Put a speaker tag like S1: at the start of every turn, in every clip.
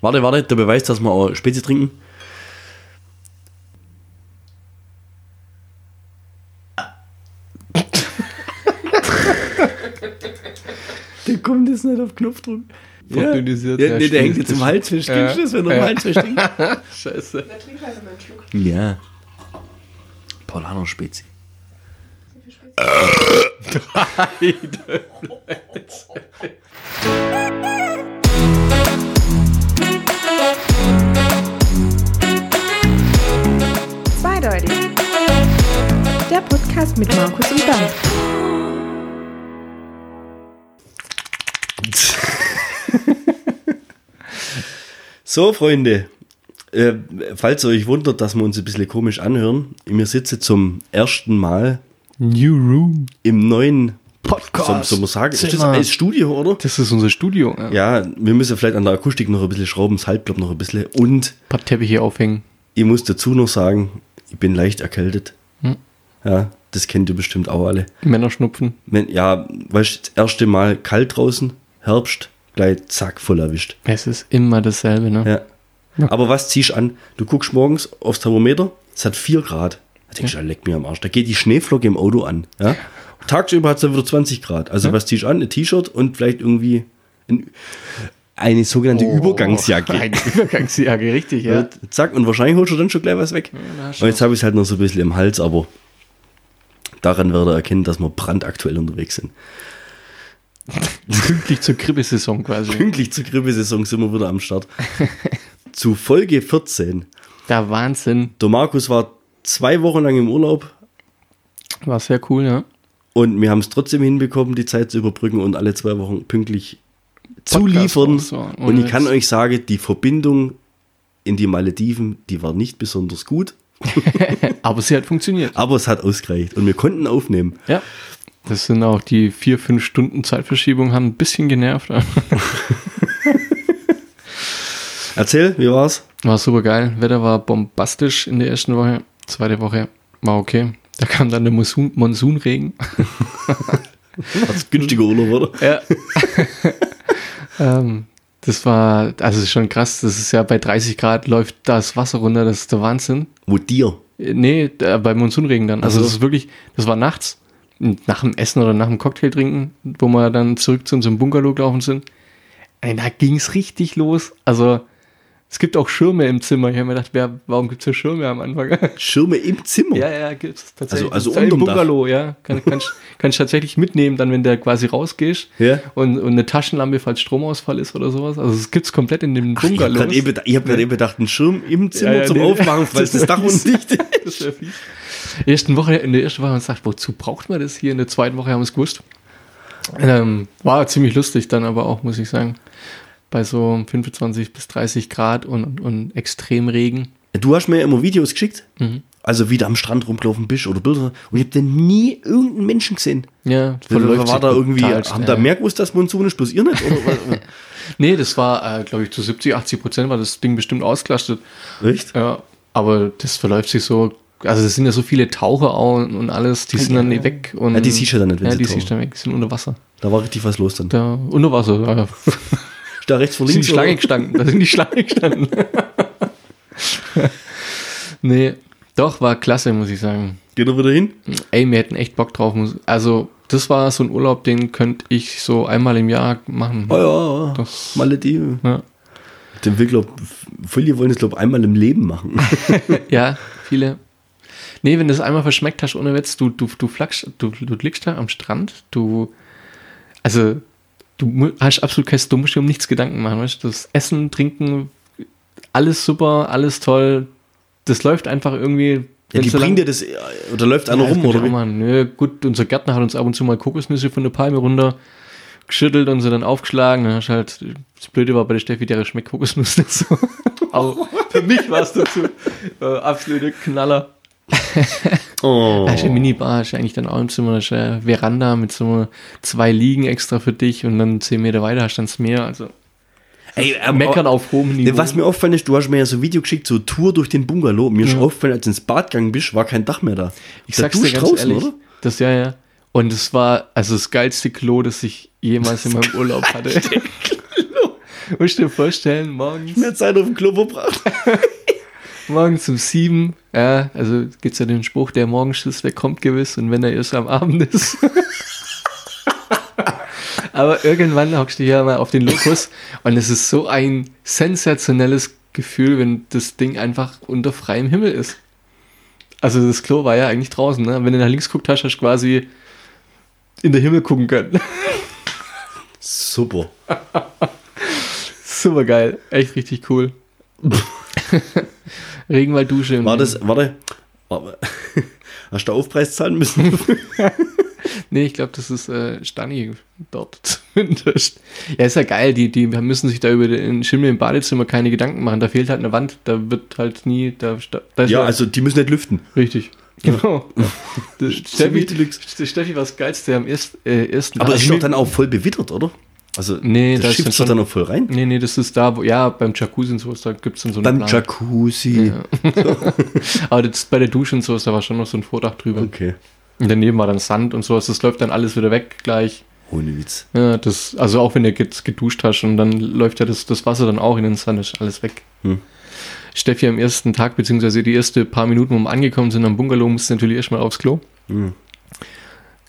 S1: Warte, warte, der Beweis, dass wir auch Spezi trinken.
S2: Der kommt jetzt nicht auf Knopfdruck.
S1: Ja, ja, nee, der hängt jetzt im Hals fest. Kennst du das, wenn du im Hals fest hängst?
S2: Scheiße.
S3: Na, trink halt mal einen Schluck.
S1: Ja. Paulano Spezi.
S3: So viel Spezi. Zweideutig. Der Podcast mit Markus und Dan.
S1: So, Freunde, äh, falls ihr euch wundert, dass wir uns ein bisschen komisch anhören, wir sitzen zum ersten Mal
S2: New Room.
S1: im neuen
S2: Podcast.
S1: so, so muss sagen, ist das
S2: Zimmer.
S1: ein Studio, oder?
S2: Das ist unser Studio. Ja.
S1: Ja, wir müssen vielleicht an der Akustik noch ein bisschen schrauben, das Halbblatt noch ein bisschen. Und
S2: Ein paar Teppiche aufhängen.
S1: ich muss dazu noch sagen, ich bin leicht erkältet. Ja, das kennt ihr bestimmt auch alle.
S2: Männer schnupfen.
S1: Wenn, ja, weißt du, das erste Mal kalt draußen, Herbst, gleich zack, voll erwischt.
S2: Es ist immer dasselbe, ne?
S1: Ja. Aber was ziehst du an? Du guckst morgens aufs Thermometer, es hat 4 Grad. Da denkst du, ja. leck mir am Arsch. Da geht die Schneeflocke im Auto an. Ja? Tagsüber hat es dann wieder 20 Grad. Also was ziehst du an? Ein T-Shirt und vielleicht irgendwie ein, eine sogenannte Übergangsjacke.
S2: Eine Oh. Übergangsjacke, richtig, ja.
S1: Und Halt, Zack, und wahrscheinlich holst du dann schon gleich was weg. und jetzt habe ich es halt noch so ein bisschen im Hals, aber daran werdet ihr erkennen, dass wir brandaktuell unterwegs sind.
S2: Pünktlich zur Krippesaison quasi.
S1: Pünktlich zur Grippesaison sind wir wieder am Start. zu Folge 14.
S2: Der Wahnsinn.
S1: Der Markus war zwei Wochen lang im Urlaub
S2: War sehr cool, ja.
S1: und wir haben es trotzdem hinbekommen, die Zeit zu überbrücken und alle zwei Wochen pünktlich zu
S2: Podcast
S1: liefern.
S2: raushauen.
S1: Und ich
S2: Und
S1: kann
S2: jetzt-
S1: euch sagen, die Verbindung in die Malediven, die war nicht besonders gut,
S2: Aber sie hat funktioniert.
S1: aber es hat ausgereicht und wir konnten aufnehmen.
S2: Ja. Das sind auch die vier, fünf Stunden Zeitverschiebung, haben ein bisschen genervt.
S1: Erzähl, wie war's?
S2: War super geil. Wetter war bombastisch in der ersten Woche. Zweite Woche war okay. Da kam dann der Monsun Monsunregen.
S1: War's günstiger Urlaub, oder?
S2: Ja. ähm, das war, also es ist schon krass. Das ist ja bei 30 Grad läuft das Wasser runter. Das ist der Wahnsinn.
S1: Wo dir?
S2: Äh, Nee, da, bei Monsunregen dann. Also
S1: Ach so.
S2: das ist wirklich, das war nachts. Und Nach dem Essen oder nach dem Cocktail trinken, wo wir dann zurück zu unserem Bunkerloh gelaufen sind. Ey, da ging's richtig los. Also es gibt auch Schirme im Zimmer. Ich habe mir gedacht, wer, warum gibt's hier Schirme am Anfang?
S1: Schirme im Zimmer.
S2: Ja, ja, gibt's tatsächlich.
S1: Also- also
S2: Tatsächlich
S1: unterm Dach.
S2: Bungalow, ja. Kann, kann, kann ich tatsächlich mitnehmen, dann, wenn du quasi rausgehst
S1: Ja.
S2: und, und eine Taschenlampe, falls Stromausfall ist oder sowas. Also es gibt's komplett in dem
S1: Ach, ich habe
S2: Bungalow.
S1: gerade eben, ich hab grad eben gedacht, ein Schirm im Zimmer
S2: Ja, ja,
S1: zum
S2: nee.
S1: Aufmachen, weil das Dach unten dicht ist.
S2: Das wär fies. Ersten Woche, in der ersten Woche haben wir gesagt, wozu braucht man das hier? In der zweiten Woche haben wir es gewusst. Ähm, war ziemlich lustig dann aber auch, muss ich sagen. Bei so 25 bis 30 Grad und, und Extremregen.
S1: Du hast mir ja immer Videos geschickt,
S2: Mhm.
S1: also wie du am Strand rumgelaufen bist oder Bilder. Und ich habe dann nie irgendeinen Menschen gesehen.
S2: Ja,
S1: Verläuft war
S2: sich
S1: da irgendwie,
S2: total
S1: haben da
S2: schnell.
S1: mehr gewusst, dass Monsun ist, bloß ihr nicht? Oder, was?
S2: Nee, das war, äh, glaube ich, zu 70, 80 Prozent war das Ding bestimmt ausgelastet.
S1: Echt?
S2: Ja, aber das verläuft sich so. Also es sind ja so viele Taucher auch und alles, die sind dann weg. Und,
S1: Ja, die siehst du dann nicht, wenn
S2: Ja,
S1: sie
S2: die
S1: tauchen.
S2: siehst du dann weg, die sind unter Wasser.
S1: Da war richtig was los dann.
S2: Da, unter Wasser, ja.
S1: Da rechts vor
S2: Da
S1: links.
S2: sind die Schlange
S1: oder?
S2: gestanden. Da sind die Schlange gestanden. nee, doch, war klasse, muss ich sagen.
S1: Geht er wieder hin?
S2: Ey, wir hätten echt Bock drauf. muss- Also, das war so ein Urlaub, den könnte ich so einmal im Jahr machen.
S1: Oh ja, ja,
S2: Das-
S1: Malediven.
S2: Ja,
S1: Den will, glaub, viele wollen das, glaube einmal im Leben machen.
S2: ja viele. Nee, wenn du es einmal verschmeckt hast, ohne Witz, du, du, du flackst, du, du liegst da am Strand, du, also, du mu- hast absolut kein, du musst dir um nichts Gedanken machen, weißt du, das Essen, Trinken, alles super, alles toll, das läuft einfach irgendwie.
S1: Ja,
S2: wenn's
S1: die
S2: so
S1: bringen
S2: lang-
S1: dir das, äh, oder läuft einer
S2: Ja, das
S1: rum,
S2: könnte
S1: oder
S2: ich auch
S1: wie?
S2: machen. Nö, gut, unser Gärtner hat uns ab und zu mal Kokosnüsse von der Palme runter geschüttelt und sie dann aufgeschlagen. Dann hast du halt, das Blöde war bei der Steffi, der schmeckt Kokosnuss nicht so. auch für mich war es dazu äh, absolute Knaller.
S1: Oh.
S2: Da ist eine Minibar, ist eigentlich dann auch im Zimmer, da ist eine Veranda mit so einer- zwei Liegen extra für dich und dann zehn Meter weiter hast du dann das Meer. Also
S1: Ey, ähm,
S2: meckern auf hohem
S1: Nee,
S2: Niveau.
S1: was mir auffällt ist, du hast mir ja so ein Video geschickt, so Tour durch den Bungalow. Mir ist aufgefallen, als du ins Bad gegangen bist, war kein Dach mehr da.
S2: Ich sag's dir ganz ehrlich. Das, ja, ja. Und es war also das geilste Klo, das ich jemals in meinem Urlaub hatte. Musst du dir vorstellen, morgens,
S1: Mir hat einer auf den Klo verbracht.
S2: morgens um sieben, ja, also gibt's ja den Spruch, der Morgenschiss, der kommt gewiss und wenn er erst am Abend ist. Aber irgendwann hockst du ja mal auf den Lokus und es ist so ein sensationelles Gefühl, wenn das Ding einfach unter freiem Himmel ist. Also das Klo war ja eigentlich draußen, ne? Wenn du nach links guckt hast, hast du quasi in den Himmel gucken können.
S1: Super.
S2: Super geil, echt richtig cool. Regenwalddusche. im
S1: War das, warte, warte. Hast du Aufpreis zahlen müssen?
S2: Nee, ich glaube, das ist äh, Stani dort zumindest. Ja, ist ja geil. Die, die müssen sich da über den Schimmel im Badezimmer keine Gedanken machen. Da fehlt halt eine Wand. Da wird halt nie. Da, sta- da ist
S1: ja, also die müssen nicht lüften.
S2: Richtig. Genau. Das Steffi,
S1: Ziemlich deluxe.
S2: das Steffi war das Geilste am erst, äh, ersten
S1: Aber
S2: also
S1: es ist doch
S2: mir-
S1: dann auch voll bewittert, oder? Also
S2: Nee, da
S1: das
S2: ist
S1: schiebst du
S2: dann
S1: dann auch voll rein.
S2: Nee, nee, das ist da, wo. Ja, beim Jacuzzi und sowas, da gibt es dann so
S1: Beim
S2: einen Plan.
S1: Jacuzzi.
S2: Aber das bei der Dusche und sowas, da war schon noch so ein Vordach drüber.
S1: Okay.
S2: Und daneben war dann Sand und sowas. Das läuft dann alles wieder weg gleich.
S1: Ohne Witz.
S2: Ja, das, also auch wenn du jetzt geduscht hast und dann läuft ja das, das Wasser dann auch in den Sand, ist alles weg.
S1: Hm.
S2: Steffi am ersten Tag, beziehungsweise die ersten paar Minuten, wo wir angekommen sind am Bungalow, musste natürlich erstmal aufs Klo.
S1: Hm.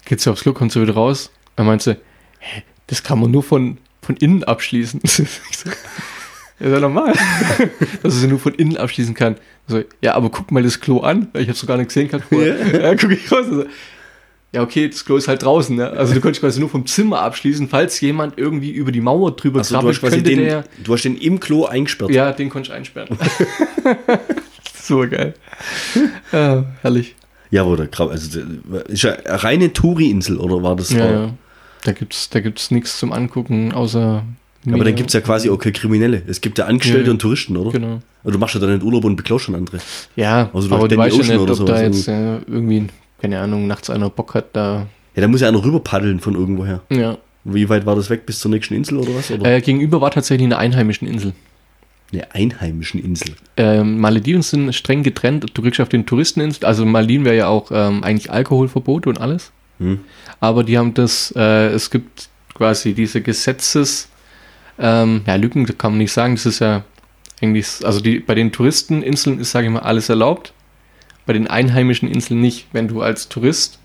S2: Geht sie aufs Klo, kommt sie wieder raus. Dann meint sie, "Hä, das kann man nur von, von innen abschließen. Ich so, ja, ist ja normal, dass sie nur von innen abschließen kann. So, ja, aber guck mal das Klo an. Ich habe es so gar nicht gesehen. Kann vorher. ja, guck ich raus. Also, ja, okay, das Klo ist halt draußen. Ne? Also du könntest quasi nur vom Zimmer abschließen, falls jemand irgendwie über die Mauer drüber
S1: Also du hast quasi
S2: könnte
S1: den,
S2: der...
S1: du hast den im Klo eingesperrt.
S2: Ja, den konnte ich einsperren. Super geil. Ja, herrlich.
S1: Ja, oder Krab, also das ist ja eine reine Touri-Insel, oder war das?
S2: Ja,
S1: da?
S2: ja. Da gibt's, da gibt's nichts zum Angucken,
S1: Aber
S2: außer. Media.
S1: dann gibt es ja quasi auch keine Kriminelle. Es gibt ja Angestellte
S2: Ja.
S1: und Touristen, oder?
S2: Genau.
S1: Und du machst ja dann nicht Urlaub und beklaust schon andere.
S2: Ja,
S1: Also durch
S2: aber du
S1: Danny
S2: weißt ja
S1: Ocean
S2: nicht,
S1: oder
S2: ob da
S1: sowas also
S2: jetzt äh, irgendwie, keine Ahnung, nachts einer Bock hat, da.
S1: Ja, da muss ja einer rüber paddeln von irgendwoher.
S2: Ja.
S1: Wie weit war das weg? Bis zur nächsten Insel oder was? Oder?
S2: Äh, gegenüber war tatsächlich eine einheimische Insel.
S1: Eine einheimischen Insel.
S2: Ähm, Malediven sind streng getrennt. Du kriegst auf den Touristeninsel, also Malediven wäre ja auch ähm, eigentlich Alkoholverbot und alles.
S1: Hm.
S2: Aber die haben das, äh, es gibt quasi diese Gesetzes, ähm, ja, Lücken kann man nicht sagen, das ist ja eigentlich, also die, bei den Touristeninseln ist, sage ich mal, alles erlaubt, bei den einheimischen Inseln nicht. Wenn du als Tourist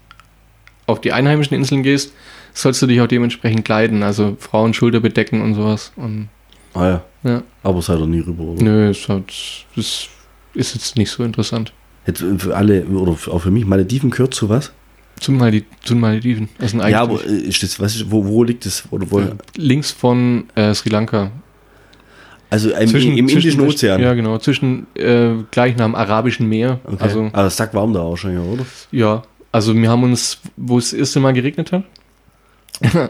S2: auf die einheimischen Inseln gehst, sollst du dich auch dementsprechend kleiden, also Frauen Schulter bedecken und sowas. Und
S1: Ah ja.
S2: Ja.
S1: Aber seid doch nie rüber, oder?
S2: nö, es hat, es ist jetzt nicht so interessant.
S1: Jetzt äh, für alle, oder auch für mich, Malediven gehört zu was?
S2: Zu Maledi zu den Malediven. Das sind
S1: ja,
S2: eigentlich
S1: aber äh, ist das, was ist, wo, wo liegt das? Oder wo,
S2: links von äh, Sri Lanka,
S1: Also im,
S2: Zwischen-
S1: im
S2: zwischen-
S1: Indischen
S2: zwischen-
S1: Ozean.
S2: Ja, genau, zwischen äh, gleich nach dem Arabischen Meer.
S1: Okay.
S2: Also,
S1: Aber es sagt warm da auch schon, ja, oder?
S2: ja, also wir haben uns, wo es das erste Mal geregnet hat,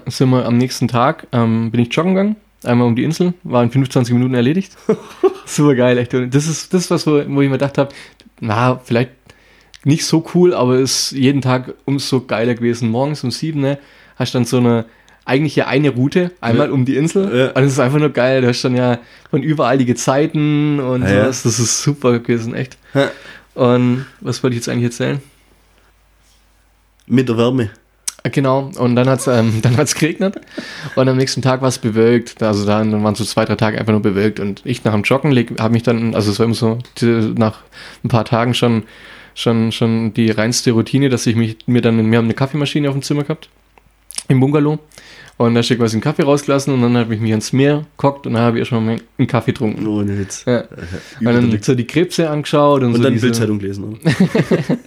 S2: sind wir am nächsten Tag, ähm, bin ich joggen gegangen, einmal um die Insel, war in 25 Minuten erledigt. Super geil, echt. Und Das ist das, ist was, wo, wo ich mir gedacht habe, na, vielleicht nicht so cool, aber ist jeden Tag umso geiler gewesen. Morgens um sieben, ne, hast dann so eine, eigentlich ja eine Route, einmal
S1: Ja.
S2: um die Insel.
S1: Ja.
S2: Und es ist einfach nur geil. Du hast dann ja von überall die Gezeiten und
S1: Ja, ja.
S2: sowas. Das ist super gewesen, echt.
S1: Ja.
S2: Und was wollte ich jetzt eigentlich erzählen?
S1: Mit der Wärme.
S2: Äh, Genau, und dann hat's ähm, dann hat's geregnet und am nächsten Tag war es bewölkt. Also dann dann waren so zwei, drei Tage einfach nur bewölkt und ich nach dem Joggen habe mich dann, also es war immer so die- nach ein paar Tagen schon schon schon die reinste Routine, dass ich mich mir dann wir haben eine Kaffeemaschine auf dem Zimmer gehabt im Bungalow und da steht quasi einen Kaffee rausgelassen und dann habe ich mich ans Meer gekocht und dann habe ich erstmal einen Kaffee getrunken.
S1: Ohne Witz.
S2: Ja. Und
S1: Über der
S2: dann
S1: Lick-
S2: so die Krebse angeschaut und,
S1: Und
S2: so
S1: dann
S2: diese-
S1: Bildzeitung lesen, oder?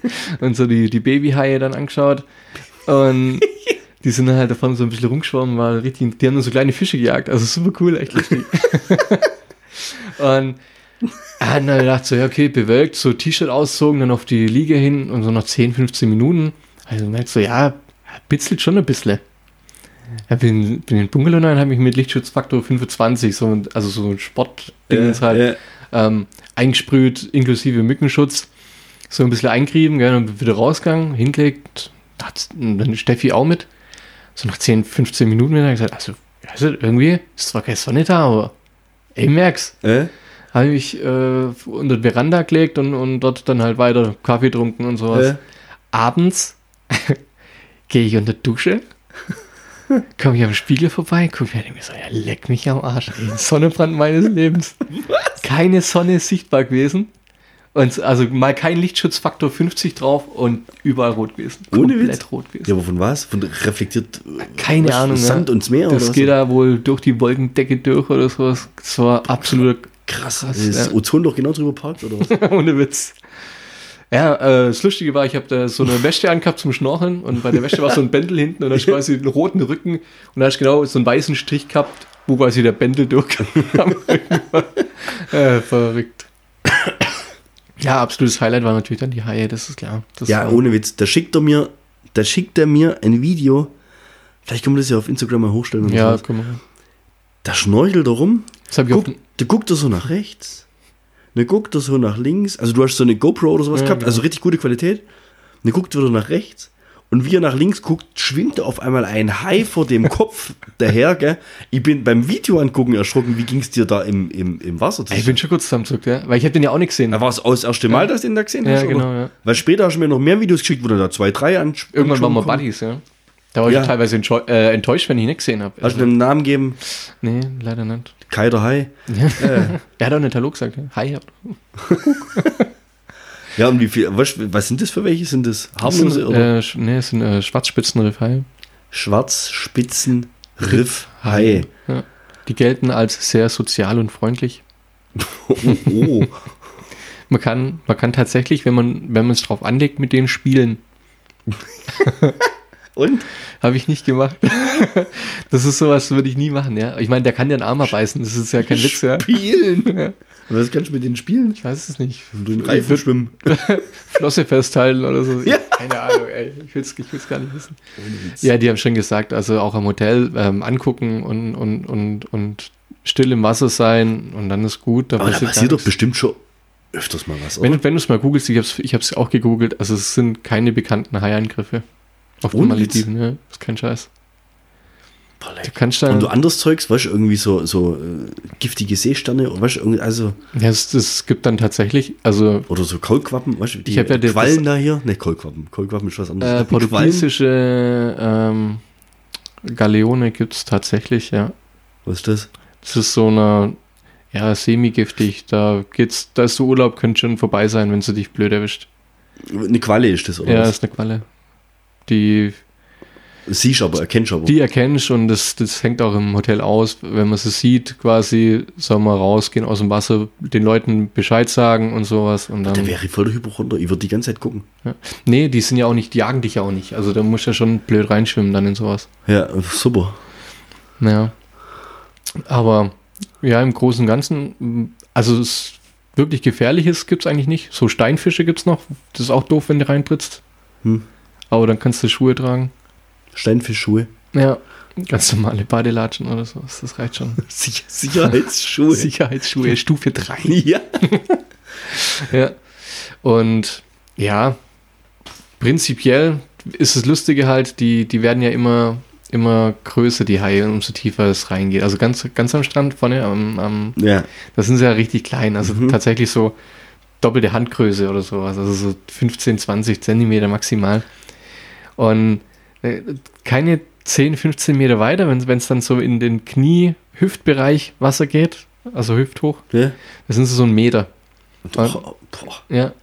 S2: und so die, die Babyhaie dann angeschaut. Und die sind dann halt davon so ein bisschen rumgeschwommen, war richtig, die haben dann so kleine Fische gejagt. Also super cool, echt lustig. und ah, dann hab ich gedacht so, ja, okay, bewölkt, so T-Shirt auszogen, dann auf die Liege hin und so nach 10, 15 Minuten. Also merkst du, ja, bitzelt schon ein bisschen. Ja, bin, bin in den Bungalow rein, habe mich mit Lichtschutzfaktor 25, so, ein- also so ein Sportdingens halt,
S1: Äh, äh,
S2: ähm, eingesprüht, inklusive Mückenschutz, so ein bisschen eingrieben, gell, und wieder rausgegangen, hingelegt, hat dann Steffi auch mit. So nach 10, 15 Minuten wieder gesagt, also, also irgendwie ist zwar keine Sonne da, aber ich merk's.
S1: äh.
S2: Habe ich mich, äh, unter die Veranda gelegt und, und dort dann halt weiter Kaffee getrunken und sowas.
S1: Äh.
S2: Abends gehe ich unter die Dusche Komm ich am Spiegel vorbei, guck mir, denk mir so, ja, leck mich am Arsch. ey. Sonnenbrand meines Lebens. Keine Sonne ist sichtbar gewesen. Und also mal kein Lichtschutzfaktor 50 drauf und überall rot gewesen.
S1: Ohne
S2: Komplett
S1: Witz?
S2: rot gewesen.
S1: Ja, aber von was? Von reflektiert äh,
S2: Keine
S1: was?
S2: Ahnung.
S1: Sand
S2: ja.
S1: und Meer
S2: Das
S1: oder
S2: geht
S1: was?
S2: da wohl durch die Wolkendecke durch oder sowas. Das war absolut
S1: Krass.
S2: krass,
S1: ist das
S2: ja.
S1: Ozon doch genau drüber parkt oder was?
S2: Ohne Witz. Ja, äh, das Lustige war, ich habe da so eine Wäsche angehabt zum Schnorcheln und bei der Wäsche war so ein Bändel hinten und da hast du quasi den roten Rücken und da hast du genau so einen weißen Strich gehabt, wo quasi der Bändel durch am Rücken war. Äh, verrückt. Ja, absolutes Highlight war natürlich dann die Haie, das ist klar. Das
S1: ja,
S2: war,
S1: ohne Witz. Da schickt er mir, da schickt er mir ein Video. Vielleicht können wir das ja auf Instagram mal hochstellen. oder
S2: ja
S1: sowas.
S2: guck mal.
S1: Da schnorchelt er rum.
S2: Das habe ich auf
S1: Guck,
S2: den,
S1: da guckt er so nach rechts. Dann guckt er so nach links. Also du hast so eine GoPro oder sowas
S2: Ja,
S1: gehabt, also richtig gute Qualität. Dann guckt er wieder nach rechts. Und wie er nach links guckt, schwimmt auf einmal ein Hai vor dem Kopf daher, gell? Ich bin beim Video angucken erschrocken, wie ging's dir da im, im, im Wasser?
S2: ich bin schon kurz zusammengezuckt, ja, weil ich habe den ja auch nicht gesehen.
S1: da war es auch das erste Mal, dass du ihn da gesehen
S2: Ja,
S1: hast,
S2: genau, ja.
S1: Weil später hast du mir noch mehr Videos geschickt, wo du da zwei, drei an
S2: Irgendwann waren wir
S1: angeschoben
S2: Buddies, ja. Da war
S1: Ja.
S2: ich teilweise entscheu- äh, enttäuscht, wenn ich ihn nicht gesehen habe.
S1: kommst. Hast du ihm einen Namen gegeben?
S2: nee, leider nicht.
S1: Kai der Hai.
S2: Er hat auch nicht Hallo gesagt. ne? Hi.
S1: Ja, und wie viel, was, was sind das für welche? Sind das harmlose oder?
S2: Äh, sch- nee, es sind äh, Schwarzspitzenriff Hai.
S1: Schwarzspitzen-Riff-Hai.
S2: Ja. Die gelten als sehr sozial und freundlich.
S1: Oh, oh.
S2: Man kann, man kann tatsächlich, wenn man, wenn man es drauf anlegt, mit denen spielen.
S1: Und?
S2: Habe ich nicht gemacht. das ist sowas, würde ich nie machen, ja. Ich meine, der kann dir einen Arm abbeißen, das ist ja kein Witz, ja.
S1: Spielen.
S2: Ja.
S1: Was kannst du mit denen spielen?
S2: Ich weiß es nicht.
S1: Du den Reifen schwimmen.
S2: Flosse festhalten oder so.
S1: Ja.
S2: Keine Ahnung, ey. Ich will es ich will's gar nicht wissen. Ja, die haben schon gesagt, also auch am Hotel ähm, angucken und, und, und, und still im Wasser sein und dann ist gut.
S1: Aber da
S2: gar
S1: passiert doch
S2: nichts.
S1: bestimmt schon öfters mal was, oder?
S2: Wenn, wenn du es mal googelst, ich habe es ich hab's auch gegoogelt, also es sind keine bekannten Haiangriffe auf den
S1: Ohne
S2: Malediven. Ja, ist kein Scheiß.
S1: Boah,
S2: Du
S1: leck.
S2: kannst da,
S1: Und du anderes Zeugs, weißt du, irgendwie so, so äh, giftige Seesterne, oder weißt du, irgendwie, also,
S2: ja, es, es gibt dann tatsächlich, also
S1: oder so Kaulquappen, weißt du, die
S2: Ich hab ja das-
S1: Quallen da hier. Ne, Kaulquappen. Kaulquappen ist was anderes.
S2: äh,
S1: Die Quallen,
S2: portugiesische ähm, Galeone gibt es tatsächlich, ja.
S1: was ist das?
S2: Das ist so eine, ja, semi-giftig. Da geht's, da ist so Urlaub, könnte schon vorbei sein, wenn sie dich blöd erwischt.
S1: Eine Qualle ist das, oder
S2: ja,
S1: was?
S2: ist eine Qualle. Die,
S1: Siehst aber, erkennst aber.
S2: die erkennst und das, das hängt auch im Hotel aus. Wenn man sie sieht, quasi, soll man rausgehen aus dem Wasser, den Leuten Bescheid sagen und sowas. Und
S1: da
S2: dann,
S1: wäre ich voll der Hypochonder. Ich würde die ganze Zeit gucken.
S2: nee, die sind ja auch nicht, die jagen dich ja auch nicht. Also da musst du ja schon blöd reinschwimmen dann in sowas.
S1: Ja, super.
S2: Ja. Aber ja, im Großen und Ganzen, m, also es wirklich Gefährliches gibt es eigentlich nicht. So Steinfische gibt es noch. Das ist auch doof, wenn du reintrittst.
S1: Hm.
S2: Aber dann kannst du Schuhe tragen.
S1: Steinfischschuhe.
S2: Ja. Ganz normale Badelatschen oder so. Das reicht schon.
S1: Sicher- Sicherheitsschuhe.
S2: Sicherheitsschuhe, Stufe 3.
S1: ja.
S2: Ja. Und ja, prinzipiell ist das Lustige halt, die, die werden ja immer, immer größer, die Haie, umso tiefer es reingeht. Also ganz, ganz am Strand vorne, am, am
S1: Ja,
S2: Das sind sie ja richtig klein, also
S1: Mhm.
S2: tatsächlich so doppelte Handgröße oder sowas, also so 15, 20 Zentimeter maximal. Und äh, keine 10, 15 Meter weiter, wenn es dann so in den Knie-Hüftbereich Wasser geht, also hüfthoch,
S1: ja.
S2: das sind sie so ein Meter.
S1: Doch, boah.
S2: Ja.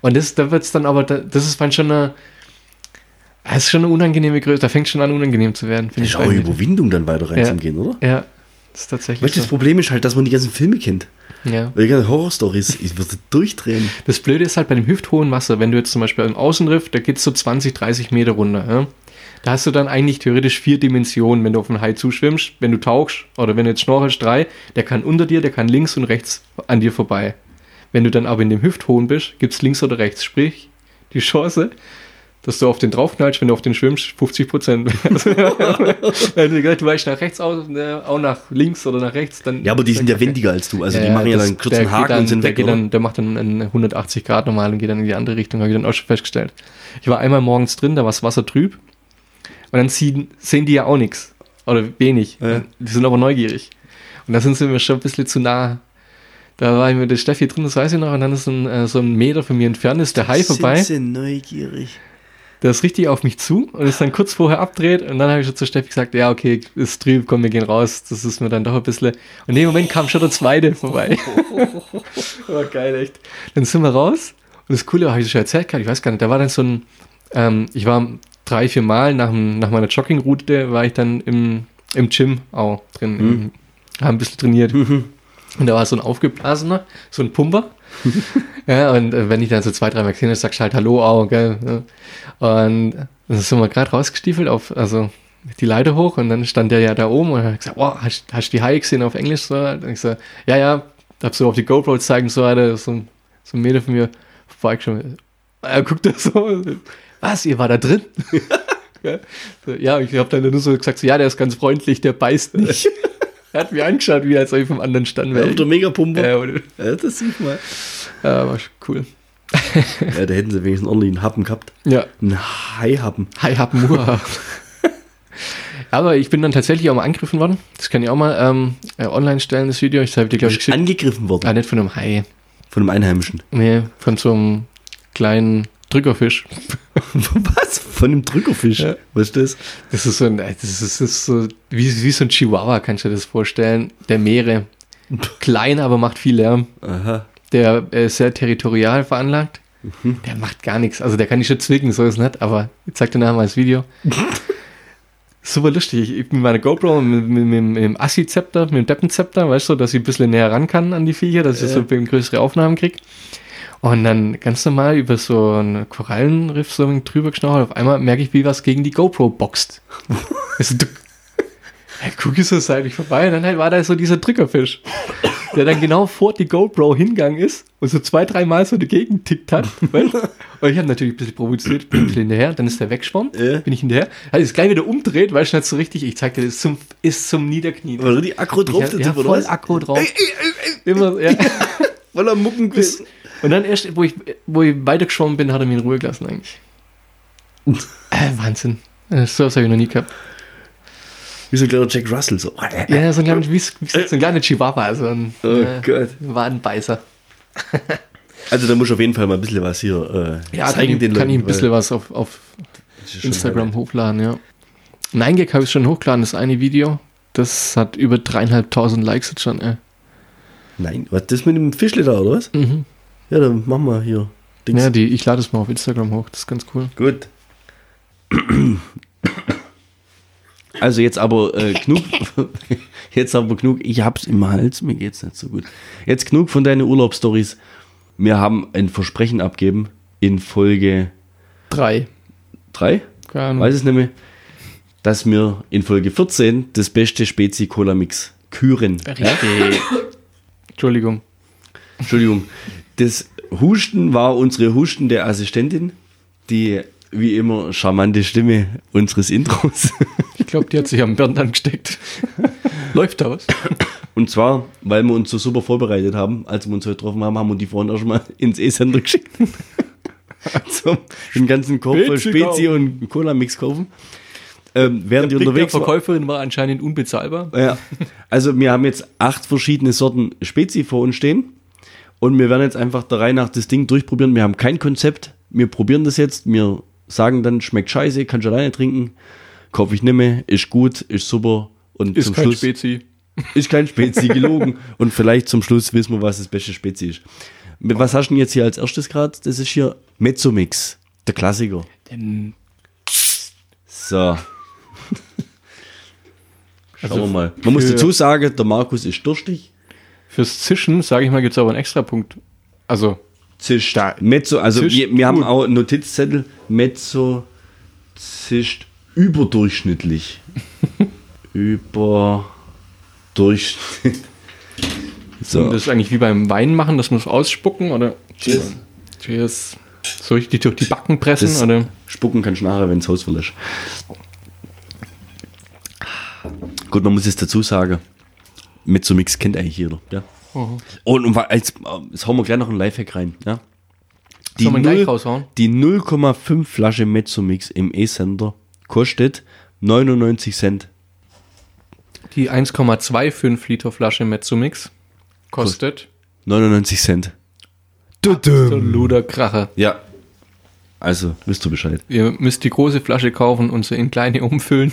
S2: Und das, da wird es dann aber, da, das ist dann schon eine, das ist schon eine unangenehme Größe, da fängt schon an unangenehm zu werden, finde
S1: Das ist
S2: ich.
S1: auch eine
S2: bei mir.
S1: Überwindung, dann weiter
S2: Ja.
S1: reinzugehen, oder?
S2: Ja, das ist tatsächlich
S1: Weißt du, das
S2: so.
S1: Problem ist halt, dass man die ganzen Filme kennt.
S2: Ja.
S1: Weil die ganzen Horrorstories, ich würde durchdrehen.
S2: Das Blöde ist halt bei dem hüfthohen Wasser, wenn du jetzt zum Beispiel im Außenriff, da geht's so 20, 30 Meter runter. Ja? Da hast du dann eigentlich theoretisch vier Dimensionen, wenn du auf den Hai zuschwimmst, wenn du tauchst oder wenn du jetzt schnorchelst, drei. Der kann unter dir, der kann links und rechts an dir vorbei. Wenn du dann aber in dem hüfthohen bist, gibt's links oder rechts. Sprich, die Chance, dass du auf den draufknallst, wenn du auf den schwimmst, 50 Prozent. Also, du weichst nach rechts aus, ne, auch nach links oder nach rechts, dann.
S1: Ja, aber die sind ja wendiger als du. Also die machen ja
S2: das-
S1: dann einen kurzen
S2: der geht
S1: Haken
S2: dann,
S1: und sind
S2: der
S1: weg.
S2: Geht
S1: Oder?
S2: dann, der macht dann einen 180 Grad normal und geht dann in die andere Richtung, habe ich dann auch schon festgestellt. Ich war einmal morgens drin, da war das Wasser trüb und dann ziehen, sehen die ja auch nichts oder wenig.
S1: Ja.
S2: Die sind aber neugierig und da sind sie mir schon ein bisschen zu nah. Da war ich mit der Steffi drin, das weiß ich noch, und dann ist ein, äh, so ein Meter von mir entfernt, ist der Hai vorbei.
S1: Sind sie neugierig.
S2: der ist richtig auf mich zu und ist dann kurz vorher abdreht und dann habe ich schon zu Steffi gesagt, ja, okay, ist trüb, komm, wir gehen raus, das ist mir dann doch ein bisschen. Und in dem Moment kam schon der zweite vorbei. war geil, echt. Dann sind wir raus und das Coole, habe ich das schon erzählt gehabt, ich weiß gar nicht, da war dann so ein, ähm, ich war drei, vier Mal nach, dem- nach meiner Joggingroute, war ich dann im, im Gym auch drin, im, habe ein bisschen trainiert. Und da war so ein aufgeblasener, so ein Pumper. ja, und äh, wenn ich dann so zwei, drei Mal gesehen habe, sagst du halt Hallo auch, gell? Ja. Und dann sind wir gerade rausgestiefelt auf, also die Leiter hoch und dann stand der ja da oben und hat gesagt, wow, hast, hast du die High gesehen auf Englisch? So, und ich so, ja, ja, hab so auf die GoPro zeigen, so hatte so, so ein Mädel von mir vorbeigeschoben. Er guckt da so, was, ihr war da drin? Ja, so, ja, ich habe dann nur so gesagt, so, ja, der ist ganz freundlich, der beißt nicht. er hat mir angeschaut, wie er als ob ich vom anderen Stand
S1: Ja, auf der
S2: wäre.
S1: Megapumpe.
S2: Ja, und-
S1: Ja, das sieht man.
S2: ja, war schon cool.
S1: Ja, da hätten sie wenigstens ordentlich einen Happen gehabt.
S2: Ja,
S1: Einen Hai-Happen.
S2: hi, hab Aber ich bin dann tatsächlich auch mal angegriffen worden. Das kann ich auch mal ähm, äh, online stellen, das Video. Ich habe dir, glaube ich, geschickt.
S1: Angegriffen worden
S2: Ah, nicht von einem Hai.
S1: von einem Einheimischen.
S2: Nee, von so einem kleinen Drückerfisch.
S1: Was? Von einem Drückerfisch.
S2: Ja.
S1: Was ist das?
S2: Das ist so ein, das ist, das ist so, wie, wie so ein Chihuahua, kannst du dir das vorstellen. Der Meere. Klein, aber macht viel Lärm.
S1: Aha.
S2: Der äh, ist sehr territorial veranlagt. Der macht gar nichts. Also der kann nicht schon zwicken, so ist nicht, aber ich zeig dir nachher mal das Video. Super lustig. Ich bin mit meiner GoPro und mit, mit, mit, mit dem Assi-Zepter, mit dem Deppenzepter, weißt du, dass ich ein bisschen näher ran kann an die Viecher, dass ich so ein bisschen größere Aufnahmen kriege. Und dann ganz normal über so einen Korallenriff so drüber geschnauert. Auf einmal merke ich, wie was gegen die GoPro boxt. also, du, ich gucke so seitlich vorbei und dann halt war da so dieser Drückerfisch der dann genau vor die GoPro hingegangen ist und so zwei, dreimal so eine Gegend tickt hat. weißt? und ich habe natürlich ein bisschen provoziert, bin ein bisschen hinterher, dann ist der weggeschwommen,
S1: Äh.
S2: bin ich hinterher, hat sich gleich wieder umdreht, weil schnell so richtig, ich zeig dir, das ist zum, ist zum Niederknien.
S1: War die Akro drauf?
S2: Ich,
S1: der
S2: ja, ja,
S1: Typ, oder
S2: voll
S1: was?
S2: Akku drauf. Immer, ja.
S1: Voller Mucken
S2: Bis, und dann erst, wo ich, wo ich weitergeschwommen bin, hat er mich in Ruhe gelassen eigentlich. äh, Wahnsinn. Äh, So was habe ich noch nie gehabt.
S1: Wie so ein kleiner Jack Russell. So. Äh,
S2: Ja, so ein kleiner, wie, wie, so ein kleiner Chihuahua, so ein, äh,
S1: Oh Gott.
S2: Wadenbeißer.
S1: Also da muss auf jeden Fall mal ein bisschen was hier äh,
S2: Ja,
S1: zeigen
S2: kann,
S1: den
S2: ich, kann ich ein
S1: Leuten.
S2: bisschen was auf, auf
S1: was
S2: Instagram hochladen, ja. Nein, Gag habe ich schon hochgeladen, das eine Video. Das hat über dreieinhalbtausend Likes jetzt schon, äh. ey.
S1: Nein, was das mit dem Fischleder oder was?
S2: Mhm.
S1: Ja, dann machen wir hier Dings.
S2: Ja, die, ich lade es mal auf Instagram hoch, das ist ganz cool.
S1: Gut. Also jetzt aber äh, genug. jetzt aber genug. Ich hab's im Hals, mir geht's nicht so gut. Jetzt genug von deinen Urlaubsstories. Wir haben ein Versprechen abgeben in Folge
S2: Drei.
S1: 3.
S2: Keine Ahnung.
S1: Weiß es nämlich, dass wir in Folge 14 das beste Spezi Cola Mix küren. Ja?
S2: Richtig. Entschuldigung.
S1: Entschuldigung. Das Husten war unsere hustende Assistentin, die wie immer charmante Stimme unseres Intros.
S2: Ich glaube, die hat sich am Bernd angesteckt. Läuft da was?
S1: Und zwar, weil wir uns so super vorbereitet haben, als wir uns heute getroffen haben, haben wir die Frauen auch schon mal ins E-Center geschickt. Zum den ganzen Korb voll
S2: Spezi
S1: Spezi und Cola-Mix kaufen. Ähm, während die unterwegs war,
S2: Verkäuferin war anscheinend unbezahlbar.
S1: ja. Also wir haben jetzt acht verschiedene Sorten Spezi vor uns stehen und wir werden jetzt einfach der Reihe nach das Ding durchprobieren. Wir haben kein Konzept, wir probieren das jetzt, wir sagen dann, schmeckt scheiße, kannst du alleine trinken, kaufe ich nimme, ist gut, ist super und
S2: Ist
S1: zum
S2: kein
S1: Schluss
S2: Spezi.
S1: ist kein Spezi gelogen und vielleicht zum Schluss wissen wir, was das beste Spezi ist. Mit Was hast du denn jetzt hier als erstes gerade? Das ist hier Mezzomix, der Klassiker. So. Schauen wir mal. Man muss
S2: Also für-
S1: dazu sagen, der Markus ist durstig.
S2: Fürs Zischen, sage ich mal, gibt es aber einen Extrapunkt. Also,
S1: zischt. Mezzo, also
S2: Zischt
S1: wir, wir haben
S2: gut.
S1: auch einen Notizzettel. Mezzo zischt überdurchschnittlich. Überdurchschnitt. So.
S2: das ist eigentlich wie beim Wein machen, dass man es ausspucken oder. Cheers. Cheers. So richtig durch die Backen pressen
S1: Das
S2: oder.
S1: Spucken kannst du nachher, wenn das Haus voll ist. Gut, man muss es dazu sagen. Mit so Mix kennt eigentlich jeder. Ja.
S2: Mhm.
S1: Und, und wa- jetzt, äh, jetzt hauen wir gleich noch einen Lifehack rein. Ja. Die,
S2: Sollen wir gleich
S1: null-
S2: raushauen?
S1: die 0,5 Flasche Mezzomix im E-Sender kostet 99 Cent.
S2: Die 1,25 Liter Flasche Mezzomix kostet.
S1: 99 Cent.
S2: So ein Luderkracher.
S1: Ja. Also, wisst du Bescheid.
S2: Ihr müsst die große Flasche kaufen und so in kleine umfüllen.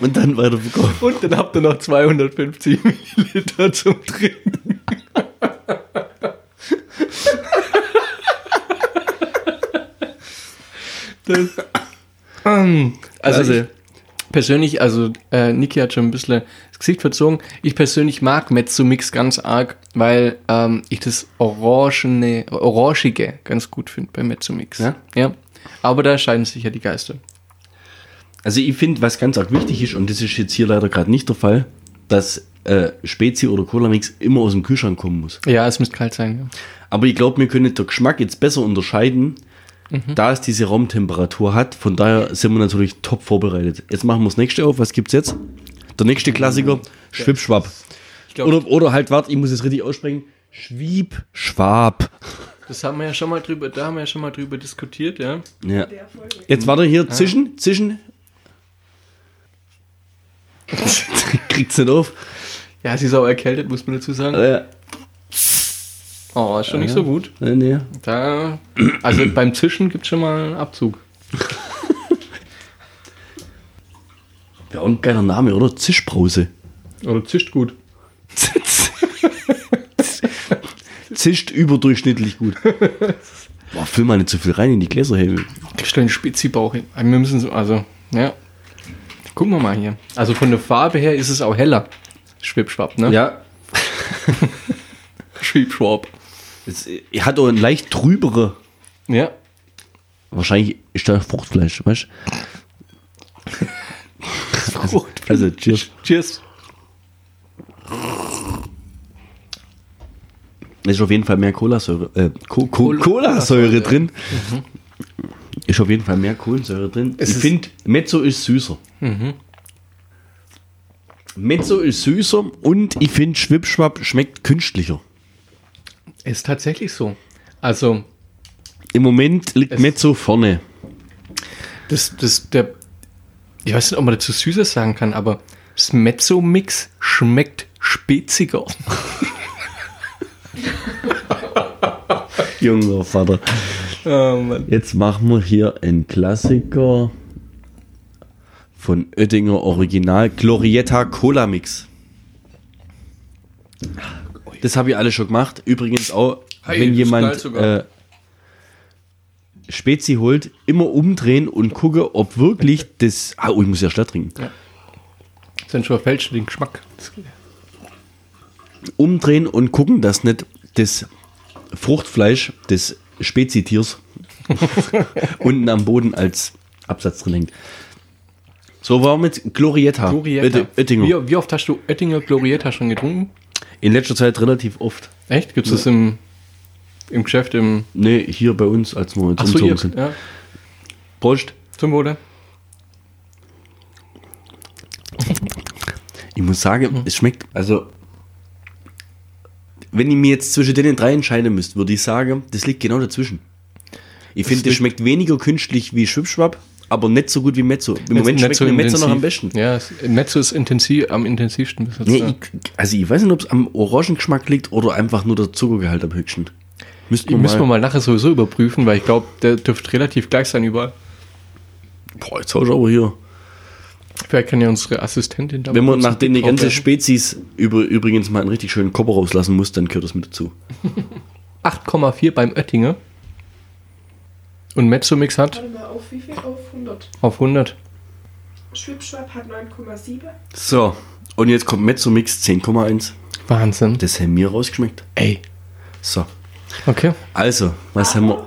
S1: Und dann weiterverkaufen.
S2: Und dann habt ihr noch 250 Milliliter zum Trinken. Das, Ähm, also,
S1: Also.
S2: ich persönlich, also äh, Niki hat schon ein bisschen das Gesicht verzogen. Ich persönlich mag Mezzo-Mix ganz arg, weil ähm, ich das Orangene, Orangige ganz gut finde bei Mezzo-Mix.
S1: Ja?
S2: ja. Aber da scheiden sich ja die Geister.
S1: Also ich finde, was ganz arg wichtig ist, und das ist jetzt hier leider gerade nicht der Fall, dass äh, Spezi oder Cola Mix immer aus dem Kühlschrank kommen muss.
S2: Ja, es müsste kalt sein. Ja.
S1: Aber ich glaube, wir können den Geschmack jetzt besser unterscheiden, da es diese Raumtemperatur hat. Von daher sind wir natürlich top vorbereitet. Jetzt machen wir das nächste auf. Was gibt's jetzt? Der nächste Klassiker, Schwibschwab.
S2: glaub-
S1: oder, oder halt, warte, ich muss es richtig aussprechen. Schwiebschwab.
S2: Das haben wir ja schon mal drüber, da haben wir ja schon mal drüber diskutiert, ja.
S1: Ja. Jetzt warte hier, zischen, zischen. Kriegt's nicht auf.
S2: Ja, sie ist auch erkältet, muss man dazu sagen.
S1: Äh,
S2: Oh, ist schon nicht so gut.
S1: nee, nee.
S2: Da, also beim Zischen gibt es schon mal einen Abzug.
S1: Wäre auch ein geiler Name, oder? Zischbrause.
S2: Oder zischt gut.
S1: Zischt überdurchschnittlich gut. Boah, füll mal nicht zu viel rein in die Gläser. Hey.
S2: Ich stelle einen Spezi-Bauch hin. Wir müssen so, also, ja. Gucken wir mal hier. Also von der Farbe her ist es auch heller. Schwibschwab, ne?
S1: Ja,
S2: Schwibschwab.
S1: es äh, hat auch ein leicht trübere.
S2: Ja.
S1: Wahrscheinlich ist da Fruchtfleisch, weißt du? Also, cheers.
S2: Cheers.
S1: Da ist auf jeden Fall mehr Colasäure, äh, Co Co
S2: Cola-
S1: Colasäure drin. Ist auf jeden Fall mehr Kohlensäure drin.
S2: Mhm. Es
S1: ich
S2: ist- Mhm.
S1: finde, Mezzo ist süßer. Mezzo ist süßer und ich finde, Schwipschwapp schmeckt künstlicher.
S2: Ist tatsächlich so. Also,
S1: Im Moment liegt
S2: Es-
S1: Mezzo vorne.
S2: Das, das, der, ich weiß nicht, ob man dazu Süßes sagen kann, aber das Mezzo-Mix schmeckt speziger.
S1: Junger Vater. Jetzt machen wir hier einen Klassiker von Oettinger Original Glorietta Cola Mix. Das habe ich alle schon gemacht. Übrigens auch, wenn
S2: Hey, das ist geil
S1: jemand
S2: sogar.
S1: äh, Spezi holt, immer umdrehen und gucke, ob wirklich das. Ah, oh, ich muss ja schnell trinken.
S2: Dann verfälscht den Geschmack.
S1: umdrehen und gucken, dass nicht das Fruchtfleisch des Spezitiers unten am Boden als Absatz drin hängt. So, warum jetzt Glorietta?
S2: Glorietta.
S1: Oetti- Oettinger.
S2: Wie, wie oft hast du Oettinger Glorietta schon getrunken?
S1: In letzter Zeit relativ oft.
S2: Echt? Gibt es das im, im Geschäft im
S1: Nee, hier bei uns, als wir uns
S2: Achso,
S1: umzogen
S2: ihr,
S1: sind.
S2: ja,
S1: Prost.
S2: zum Wohle.
S1: Ich muss sagen,
S2: Mhm.
S1: es schmeckt. Also, wenn ich mir jetzt zwischen den drei entscheiden müsste, würde ich sagen, das liegt genau dazwischen. Ich finde, das
S2: liegt-
S1: schmeckt weniger künstlich wie Schwipschwapp, aber nicht so gut wie Mezzo. Im Moment schmeckt
S2: Mezzo
S1: mir Mezzo noch
S2: intensiv.
S1: am besten.
S2: Ja, es- Mezzo ist intensiv, am intensivsten bis jetzt.
S1: Nee,
S2: ja.
S1: ich, also ich weiß nicht, ob es am Orangengeschmack liegt oder einfach nur der Zuckergehalt am höchsten. Müssten
S2: Die
S1: wir
S2: müssen wir
S1: mal.
S2: mal nachher sowieso überprüfen, weil ich glaube, der dürfte relativ gleich sein überall.
S1: Boah, jetzt haust du aber hier.
S2: Vielleicht kann ja unsere Assistentin da
S1: Wenn
S2: mal
S1: man
S2: kurz einen
S1: nachdem die
S2: Blick drauf
S1: ganze
S2: werfen.
S1: Spezies über, übrigens mal einen richtig schönen Kopf rauslassen muss, dann gehört das mit dazu.
S2: 8,4 beim Oettinger. Und Mezzomix hat
S3: Warte mal, auf wie viel? Auf 100.
S2: auf 100.
S3: Schwibschwab hat 9,7.
S1: So, und jetzt kommt Mezzo Mix 10,1.
S2: Wahnsinn.
S1: Das haben wir rausgeschmeckt.
S2: Ey.
S1: So,
S2: Okay.
S1: also, was haben wir?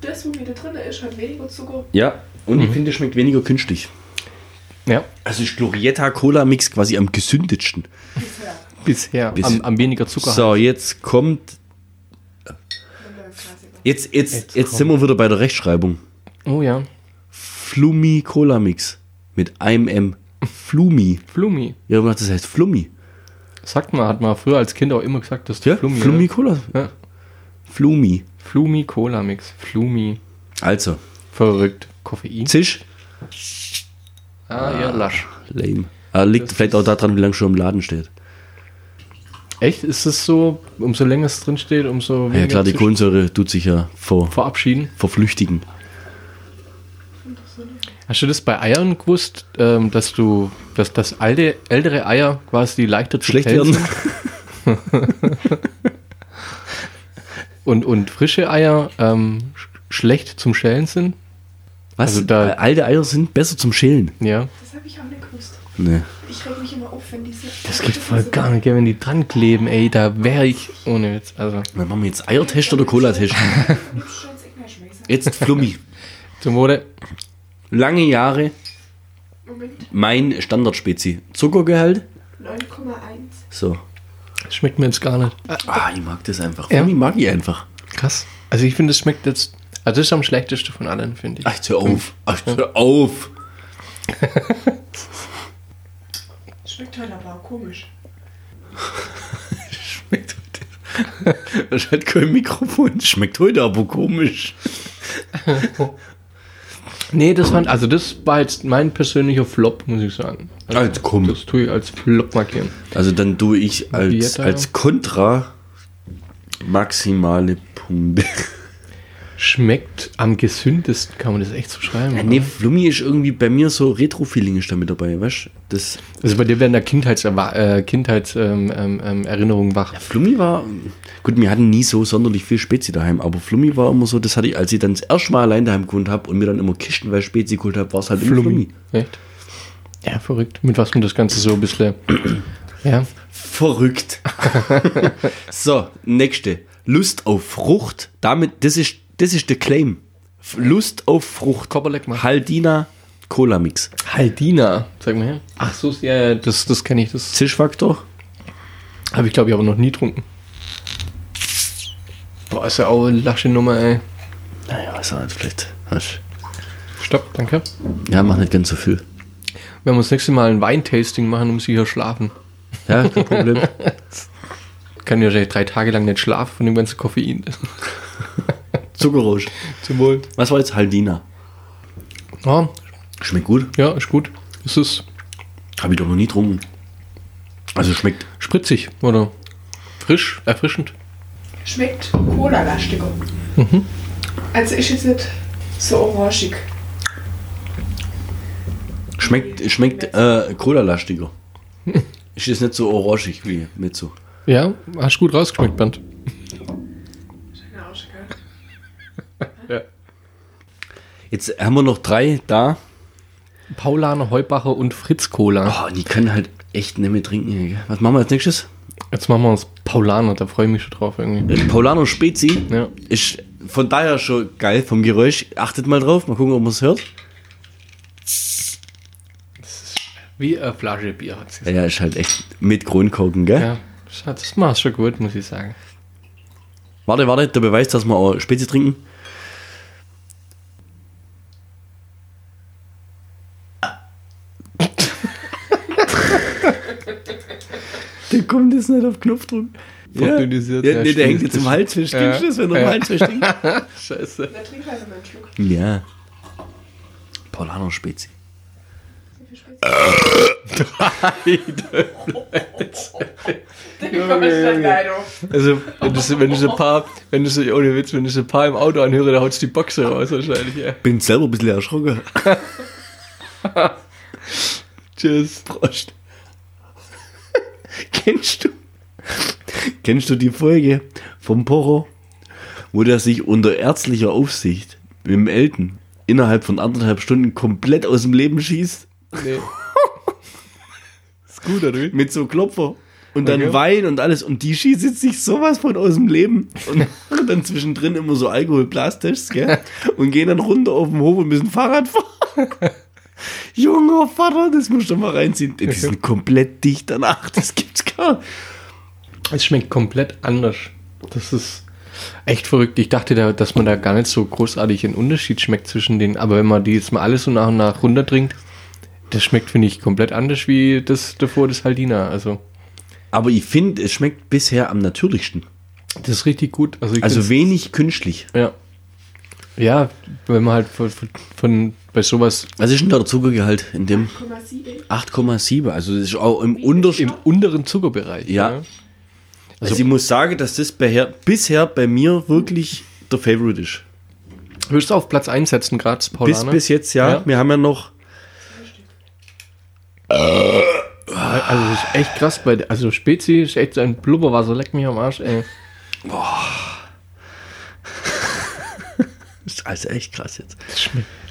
S3: Das, wo wieder drin ist, hat weniger Zucker.
S1: Ja, und
S2: Mhm.
S1: ich finde, es schmeckt weniger künstlich.
S2: Ja.
S1: Also ist Glorietta Cola Mix quasi am gesündetsten.
S2: Bisher.
S1: Bis-
S2: am, am weniger Zucker.
S1: So, jetzt kommt. Jetzt, jetzt, jetzt, sind wir wieder bei der Rechtschreibung.
S2: Oh ja.
S1: Flumi Cola Mix mit einem M. Flumi.
S2: Flummi.
S1: Ja, aber das heißt Flummi.
S2: Sagt man, hat man früher als Kind auch immer gesagt, das ist
S1: Ja,
S2: Flummi.
S1: Flumi,
S2: Flummi.
S1: Cola.
S2: Ja.
S1: Flumi.
S2: Flummi Cola Mix. Flummi.
S1: Also,
S2: Verrückt. Koffein.
S1: Zisch.
S2: Ah ja, lasch.
S1: Lame. Ah, liegt vielleicht auch daran, wie lange schon im Laden steht.
S2: Echt? Ist es so, umso länger es drin steht, umso
S1: Ja, klar, die
S2: zwischen-
S1: Kohlensäure tut sich ja vor,
S2: verabschieden?
S1: verflüchtigen.
S2: Hast du das bei Eiern gewusst, ähm, dass du, dass, dass alte, ältere Eier quasi leichter zu
S1: Schlecht
S2: kälten
S1: werden.
S2: sind? und, und frische Eier ähm, sch schlecht zum Schälen sind?
S1: Was?
S2: Also da-
S1: Äh, Alte Eier sind besser zum Schälen.
S2: Ja.
S3: Das habe ich auch nicht gewusst.
S1: Nee.
S3: Ich reg mich immer auf, wenn diese.
S2: Das geht voll gar nicht, gell, wenn die dran kleben, ey, da wäre ich ohne Witz. Also
S1: Dann machen wir jetzt Eiertest oder Cola-Test.
S3: Hübsch als Ignerschmeißer.
S1: Jetzt Flummi.
S2: zum Mode.
S1: Lange Jahre
S3: Moment,
S1: mein Standardspezi. Zuckergehalt.
S3: 9,1.
S1: So.
S2: Das schmeckt mir jetzt gar nicht. Ah,
S1: Ah, ich mag das einfach.
S2: Ja.
S1: Flummi mag ich einfach.
S2: krass. Also ich finde, das schmeckt jetzt. Also das ist am schlechtesten von allen, finde ich.
S1: Ach, hör auf. Ach, hör auf.
S3: Schmeckt toll, aber auch komisch.
S1: Schmeckt heute. Das hat kein Mikrofon. Schmeckt heute aber komisch.
S2: Nee, das fand, also das war jetzt mein persönlicher Flop, muss ich sagen. Also,
S1: Als Ah, komm.
S2: Das tue ich als Flop markieren.
S1: Also dann tue ich als,
S2: Dieta, ja.
S1: als Kontra maximale Punkte.
S2: Schmeckt am gesündesten, kann man das echt so schreiben.
S1: Ja,
S2: oder?
S1: nee, Flummi ist irgendwie bei mir so Retro-Feeling ist da mit dabei, weißt du? Das
S2: Also bei dir werden da Kindheitserinnerungen äh, Kindheits, ähm, ähm, ähm, Erinnerungen wach.
S1: Flummi war, gut, wir hatten nie so sonderlich viel Spezi daheim, aber Flummi war immer so, das hatte ich, als ich dann das erste Mal allein daheim gewohnt habe und mir dann immer kistenweise Spezi geholt habe, war es halt Flummi. Flummi.
S2: Echt? Ja, verrückt. Mit was man das Ganze so ein bisschen. ja.
S1: Verrückt. so, nächste. Lust auf Frucht. Damit, das ist, das ist der Claim. F- Lust auf Frucht.
S2: Kopperleck mal.
S1: Haldina Cola Mix.
S2: Haldina, sag mal her. Ach so, ja, ja, das, das kenne ich. Das
S1: Zischfaktor.
S2: habe ich, glaube ich, aber noch nie getrunken. Boah, ist ja auch eine lasche Nummer, ey.
S1: Naja, ist halt vielleicht. hast-
S2: Stopp, danke.
S1: Ja, mach nicht ganz so viel.
S2: Wenn wir das nächste Mal ein Weintasting machen, muss ich hier schlafen.
S1: Ja, kein Problem.
S2: Kann ja wahrscheinlich drei Tage lang nicht schlafen von dem ganzen Koffein.
S1: Zuckerrausch.
S2: Zum Wohl.
S1: Was war jetzt Haldina?
S2: Ja,
S1: Schmeckt gut.
S2: ja, ist gut. Es ist
S1: Habe ich doch noch nie getrunken. Also schmeckt.
S2: spritzig oder frisch, erfrischend.
S3: Schmeckt Cola-lastiger.
S2: Mhm.
S3: Also ist jetzt nicht so orangig.
S1: Schmeckt, schmeckt äh, Cola-lastiger. Ist jetzt nicht so orangig wie mit so.
S2: Ja, hast gut rausgeschmeckt, Bernd.
S3: Schöne Arsch, gell?
S1: Jetzt haben wir noch drei da.
S2: Paulaner, Heubacher und Fritz Cola.
S1: Oh, die können halt echt nicht mehr trinken. hier, gell? Was machen wir als nächstes?
S2: Oh, Jetzt machen wir uns Paulaner, da freue ich mich schon drauf irgendwie.
S1: Paulano Spezi.
S2: Ja.
S1: Ist von daher schon geil vom Geräusch. Achtet mal drauf, mal gucken, ob man es hört.
S2: Wie eine Flasche Bier hat sie
S1: Ja, Ja, ist halt echt mit Kronkorken, gell?
S2: Ja, das hat- das macht schon gut, muss ich sagen.
S1: Warte, warte, der Beweis, dass wir auch Spezi trinken. der kommt jetzt nicht auf Knopfdruck. Ja, ja,
S2: Verdünnisiert, ja,
S1: nee, der hängt
S2: stimmt.
S1: jetzt im Hals fest.
S2: Ja.
S1: Stimmst du das, wenn er im
S2: Ja.
S1: Hals fest hängt?
S2: Scheiße.
S3: Na, trink halt mal einen Schluck.
S1: Ja. Paulaner Spezi.
S3: So viel Spezi. Junge,
S2: Also, wenn du, so- wenn du so ein paar, wenn du so, ohne Witz, wenn du so ein paar im Auto anhöre, da haut's die Boxe raus wahrscheinlich, ja.
S1: Bin selber ein bisschen erschrocken.
S2: Tschüss.
S1: Prost. kennst du? Kennst du die Folge vom Porro, wo der sich unter ärztlicher Aufsicht mit dem Elten innerhalb von anderthalb Stunden komplett aus dem Leben schießt
S2: Nee. ist gut, oder wie?
S1: mit so Klopfer und dann
S2: Okay.
S1: Wein und alles und die schießt jetzt sich sowas von aus dem Leben und machen dann zwischendrin immer so Alkoholplastisch, gell? Und gehen dann runter auf den Hof und müssen Fahrrad fahren. Junger Vater, das musst du mal reinziehen. Die sind komplett dicht danach, das gibt's gar nicht.
S2: Es schmeckt komplett anders. Das ist echt verrückt. Ich dachte, da, dass man da gar nicht so großartig einen Unterschied schmeckt zwischen den, aber wenn man die jetzt mal alles so nach und nach runtertrinkt, das schmeckt, finde ich, komplett anders wie das davor, das Haldina. Also,
S1: Aber ich finde, es schmeckt bisher am natürlichsten.
S2: das ist richtig gut. Also, ich
S1: Also
S2: find's-
S1: wenig künstlich.
S2: ja. Ja, wenn man halt von, von, von bei sowas
S1: Was Also ist denn da der Zuckergehalt in dem
S3: 8,7.
S1: 8,7? Also das ist auch im Unterschied.
S2: im unteren Zuckerbereich.
S1: Ja.
S2: ne?
S1: Also, ich muss sagen, dass das beher- bisher bei mir wirklich der Favorite ist.
S2: Höchst auf Platz 1 setzen gerade
S1: Bis,
S2: Paulane.
S1: bis jetzt, ja.
S2: Ja.
S1: Wir haben ja noch.
S2: Also das ist echt krass bei der- also Spezi ist echt so ein Blubberwasser, leck mich am Arsch, ey.
S1: Ist also echt krass jetzt.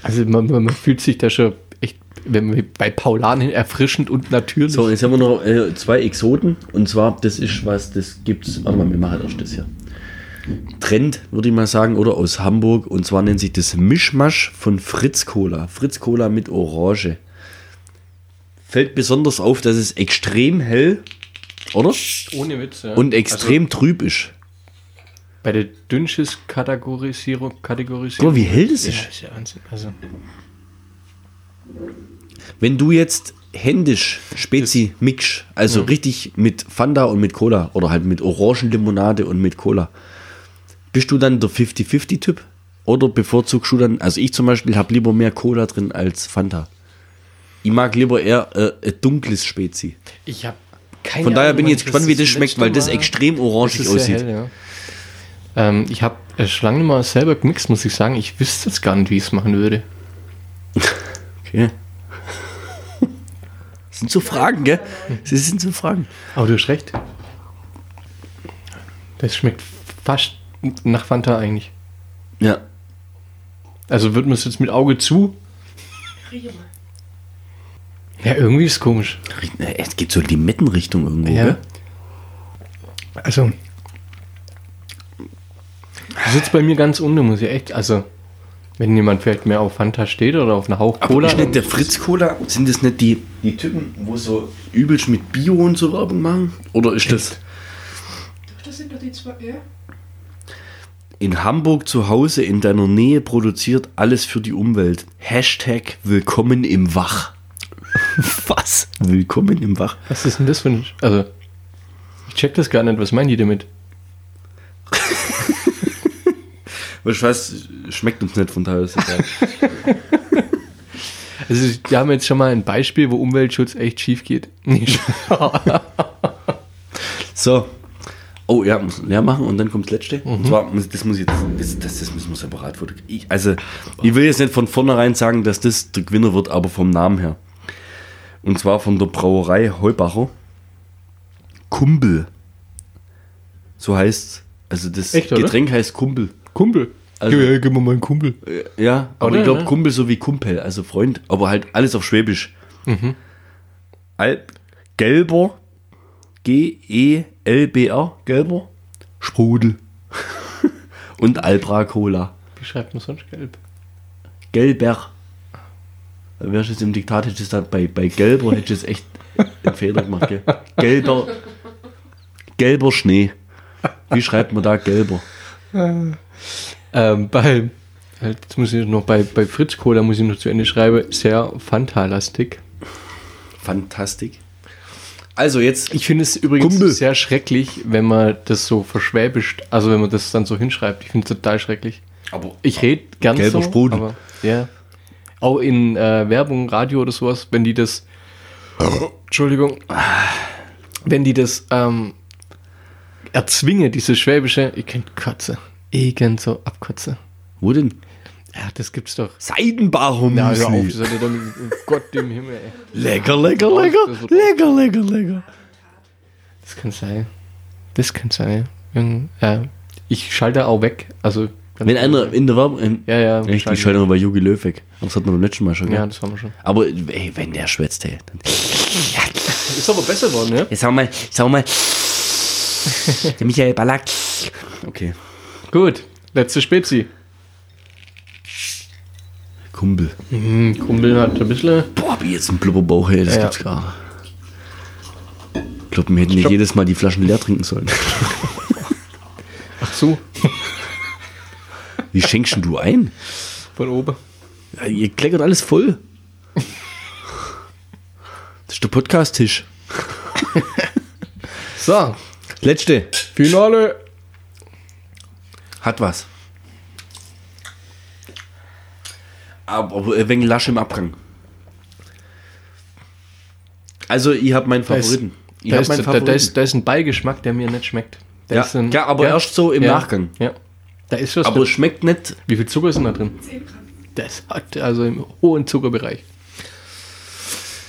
S2: Also man, man, man fühlt sich da schon echt wenn wir bei Paulanen erfrischend und natürlich.
S4: So, jetzt haben wir noch äh, zwei Exoten. Und zwar, das ist was, das gibt's. Warte mal, wir machen erst das hier.
S1: Trend, würde ich mal sagen, oder aus Hamburg. Und zwar nennt sich das Mischmasch von Fritz Cola. Fritz Cola mit Orange. Fällt besonders auf, dass es extrem hell, oder?
S2: Ohne Witz, ja.
S1: Und extrem trüb ist.
S2: Also bei der Dünnschiss-Kategorisierung.
S1: Guck
S2: Kategorisierung.
S1: mal, wie hell das ist.
S2: ja, ist ja Wahnsinn. Also,
S1: Wenn du jetzt händisch Spezi mixst, also richtig mit Fanta und mit Cola oder halt mit Orangenlimonade und mit Cola, bist du dann der 50-50-Typ? Oder bevorzugst du dann, also ich zum Beispiel habe lieber mehr Cola drin als Fanta. Ich mag lieber eher äh, ein dunkles Spezi.
S2: ich habe keine
S1: Von daher
S2: Ahnung,
S1: bin ich
S2: wann
S1: jetzt gespannt, wie das schmeckt,
S2: letzte
S1: weil das
S2: Mal-
S1: extrem
S2: ne? Das
S1: orangig
S2: ist
S1: aussieht.
S2: sehr hell, ja. ähm, ich habe äh, schon lange nicht mal selber gemixt, muss ich sagen. Ich wüsste jetzt gar nicht, wie ich es machen würde.
S1: Okay. Das sind so Fragen, gell? Das sind so Fragen.
S2: Aber du hast recht. Das schmeckt fast nach Fanta eigentlich.
S1: Ja.
S2: Also wird man es jetzt mit Auge zu?
S3: Rieche mal.
S2: Ja, irgendwie ist es komisch.
S1: äh, Es geht so Limettenrichtung irgendwo,
S2: Ja. ne?
S1: gell?
S2: Also. Das sitzt bei mir ganz unten, muss ich echt. Also, wenn jemand vielleicht mehr auf Fanta steht oder auf einen Hauch
S1: Aber
S2: Cola.
S1: ist nicht der Fritz Cola? Sind das nicht die, die Typen, wo so übelst mit Bio und so Werbung machen? Oder ist das
S3: Doch, das sind doch die zwei. Ja?
S1: in Hamburg zu Hause in deiner Nähe produziert alles für die Umwelt? Hashtag Willkommen im Wach. Was? Willkommen im Wach?
S2: was ist denn das für ein. Also, ich check das gar nicht. Was meinen die damit?
S1: Weißt du was? Schmeckt uns nicht von daher. Ist egal.
S2: Also, wir haben jetzt schon mal ein Beispiel, wo Umweltschutz echt schief geht. Nee,
S1: so. Oh ja, muss leer machen und dann kommt das letzte.
S2: Mhm.
S1: Und zwar, muss- das muss ich jetzt, das, das, das müssen wir separat vor- ich, Also, ich will jetzt nicht von vornherein sagen, dass das der Gewinner wird, aber vom Namen her. Und zwar von der Brauerei Heubacher. Kumpel. So heißt's. Also das
S2: Echt, oder?
S1: Getränk heißt Kumpel.
S2: Kumpel.
S1: Also-
S2: ja, gib mir mal einen Kumpel.
S1: Ja, aber
S2: Oder,
S1: ich glaube
S2: ne?
S1: Kumpel so wie Kumpel, also Freund, aber halt alles auf Schwäbisch.
S2: Mhm.
S1: Alp, gelber, E G-E-L-B-R, gelber, Sprudel. Und Albra Cola.
S2: Wie schreibt man sonst gelb?
S1: Gelber. Wärst du jetzt im Diktat, hättest du das bei, bei gelber hättest du echt einen Fehler gemacht. Gell? Gelber, gelber Schnee. Wie schreibt man da gelber?
S2: Ähm, bei, halt, jetzt muss ich noch bei, bei Fritz Cola, muss ich noch zu Ende schreiben, sehr Fanta-lastig.
S1: Fantastik. Also jetzt
S2: Ich finde es übrigens
S1: Kumpel.
S2: sehr schrecklich, wenn man das so verschwäbischt, also wenn man das dann so hinschreibt. Ich finde es total schrecklich.
S1: aber
S2: Ich rede ganz
S1: Gelber
S2: so,
S1: Sprudel.
S2: aber ja. Auch in äh, Werbung, Radio oder sowas, wenn die das Entschuldigung, wenn die das ähm, erzwingen, dieses Schwäbische, ich könnte kotze. Ich könnte so abkotze.
S1: wo denn?
S2: Ja, das gibt's doch.
S1: Seidenbacher
S2: Ja, hör auf,
S1: Müsli.
S2: das hat ja damit, um Gott im Himmel, ey.
S1: Lecker, lecker,
S2: Das
S1: lecker,
S2: wird-
S1: lecker, lecker, lecker.
S2: Das kann sein. Das kann sein. Irgend- Ja, ich schalte auch weg. Also, ganz
S1: Wenn einer in der Werbung. in-
S2: Ja, ja,
S1: Echt,
S2: schalte
S1: ich schalte mal bei Jogi Löw weg. Das hat man beim letzten Mal schon.
S2: Ja,
S1: Ja.
S2: das haben wir schon.
S1: Aber ey, wenn der schwätzt, hey. Dann,
S2: Ist aber besser geworden, ne?
S1: jetzt sag mal, sag mal. der Michael Ballack. Okay.
S2: Gut, letzte Spezi.
S1: Kumpel.
S2: Hm, Kumpel hat ein bisschen.
S1: Boah, hab ich jetzt einen Blubberbauch, hey, das
S2: Ja, ja.
S1: gibt's gar nicht. Ich glaube, wir hätten nicht jedes Mal die Flaschen leer trinken sollen.
S2: Ach so,
S1: Wie schenkst denn du ein?
S2: von oben.
S1: Ja, ihr kleckert alles voll. Das ist der Podcast-Tisch.
S2: So,
S1: Das Letzte.
S2: Finale.
S1: Hat was. Aber äh, aber wegen Lasch im Abgang. Also, ich habe meinen
S2: Da ist-
S1: Favoriten. Ich
S2: Da
S1: hab
S2: ist,
S1: meinen
S2: da, da,
S1: Favoriten.
S2: ist, da ist ein Beigeschmack, der mir nicht schmeckt. Da
S1: Ja,
S2: ist ein,
S1: ja, aber erst so im Nachgang.
S2: Ja. Da ist was.
S1: Aber es
S2: drin.
S1: schmeckt nicht.
S2: Wie viel Zucker ist denn da drin?
S3: 10 Gramm.
S2: Das hat also im hohen Zuckerbereich.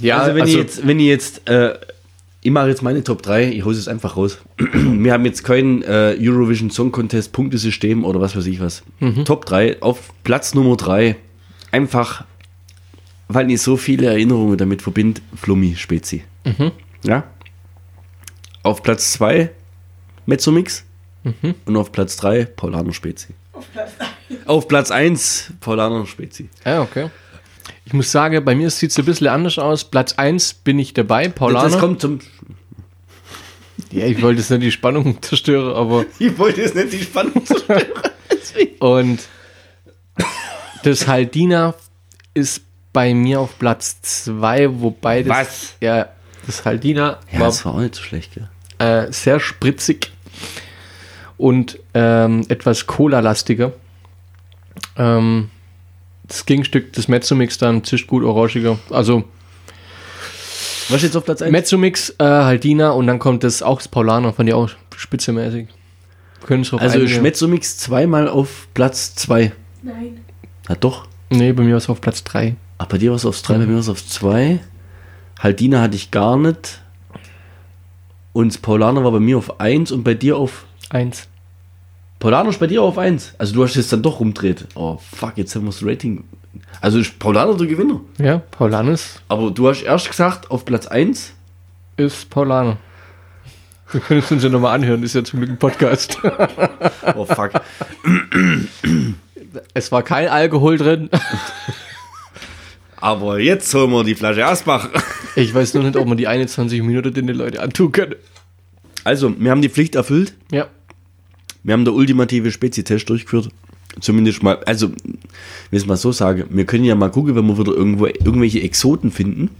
S2: Ja,
S1: also wenn ihr jetzt, wenn ihr jetzt äh, ich mache jetzt meine Top 3, ich hau's es einfach raus. Wir haben jetzt kein äh, Eurovision Song Contest Punktesystem oder was weiß ich was. Top 3, auf Platz Nummer 3, einfach, weil ich so viele Erinnerungen damit verbinde, Flummi Spezi. Ja. Auf Platz 2 Mezzomix und auf Platz 3 Paulaner Spezi.
S3: Auf Platz 1.
S1: Auf Platz 1 Paulaner Spezi.
S2: ja, okay. Ich muss sagen, bei mir sieht es ein bisschen anders aus. Platz 1 bin ich dabei, Paulaner.
S1: Das kommt zum
S2: ja, ich wollte jetzt nicht die Spannung zerstören, aber
S1: Ich wollte jetzt nicht die Spannung zerstören.
S2: Und das Haldina ist bei mir auf Platz 2, wobei das.
S1: Was?
S2: Ja, das Haldina
S1: Ja, das war auch nicht so schlecht, gell?
S2: war äh, sehr spritzig und ähm, etwas cola-lastiger. Ähm, das Gegenstück des Mezzomix dann zischt gut orangiger. Also
S1: Was jetzt auf Platz 1?
S2: Mezzomix, äh, Haldina und dann kommt das auch das Paulaner, fand ich auch spitzemäßig. Können es auch
S1: also
S2: einige-
S1: Schmetzomix zweimal auf Platz 2.
S3: Nein.
S1: Na doch.
S2: Nee, bei mir war es auf Platz 3.
S1: Aber bei dir war es aufs 3, bei mir war es aufs 2. Haldina hatte ich gar nicht. Und das Paulaner war bei mir auf 1 und bei dir auf.
S2: 1.
S1: Paulaner ist bei dir auf 1. Also du hast jetzt dann doch rumdreht. Oh fuck, jetzt haben wir das Rating. Also ist Paulaner der Gewinner.
S2: Ja, Paulanes
S1: Aber du hast erst gesagt auf Platz 1.
S2: ist Paulaner. Wir können es uns ja nochmal anhören, ist ja zum Glück ein Podcast.
S1: Oh fuck.
S2: Es war kein Alkohol drin.
S1: Aber jetzt holen wir die Flasche Asbach.
S2: Ich weiß nur nicht, ob man die 21 Minuten den den Leute antun können.
S1: Also, wir haben die Pflicht erfüllt.
S2: Ja.
S1: Wir haben der ultimative Spezi-Test durchgeführt. Zumindest mal, also, wenn ich es mal so sage, wir können ja mal gucken, wenn wir wieder irgendwo irgendwelche Exoten finden,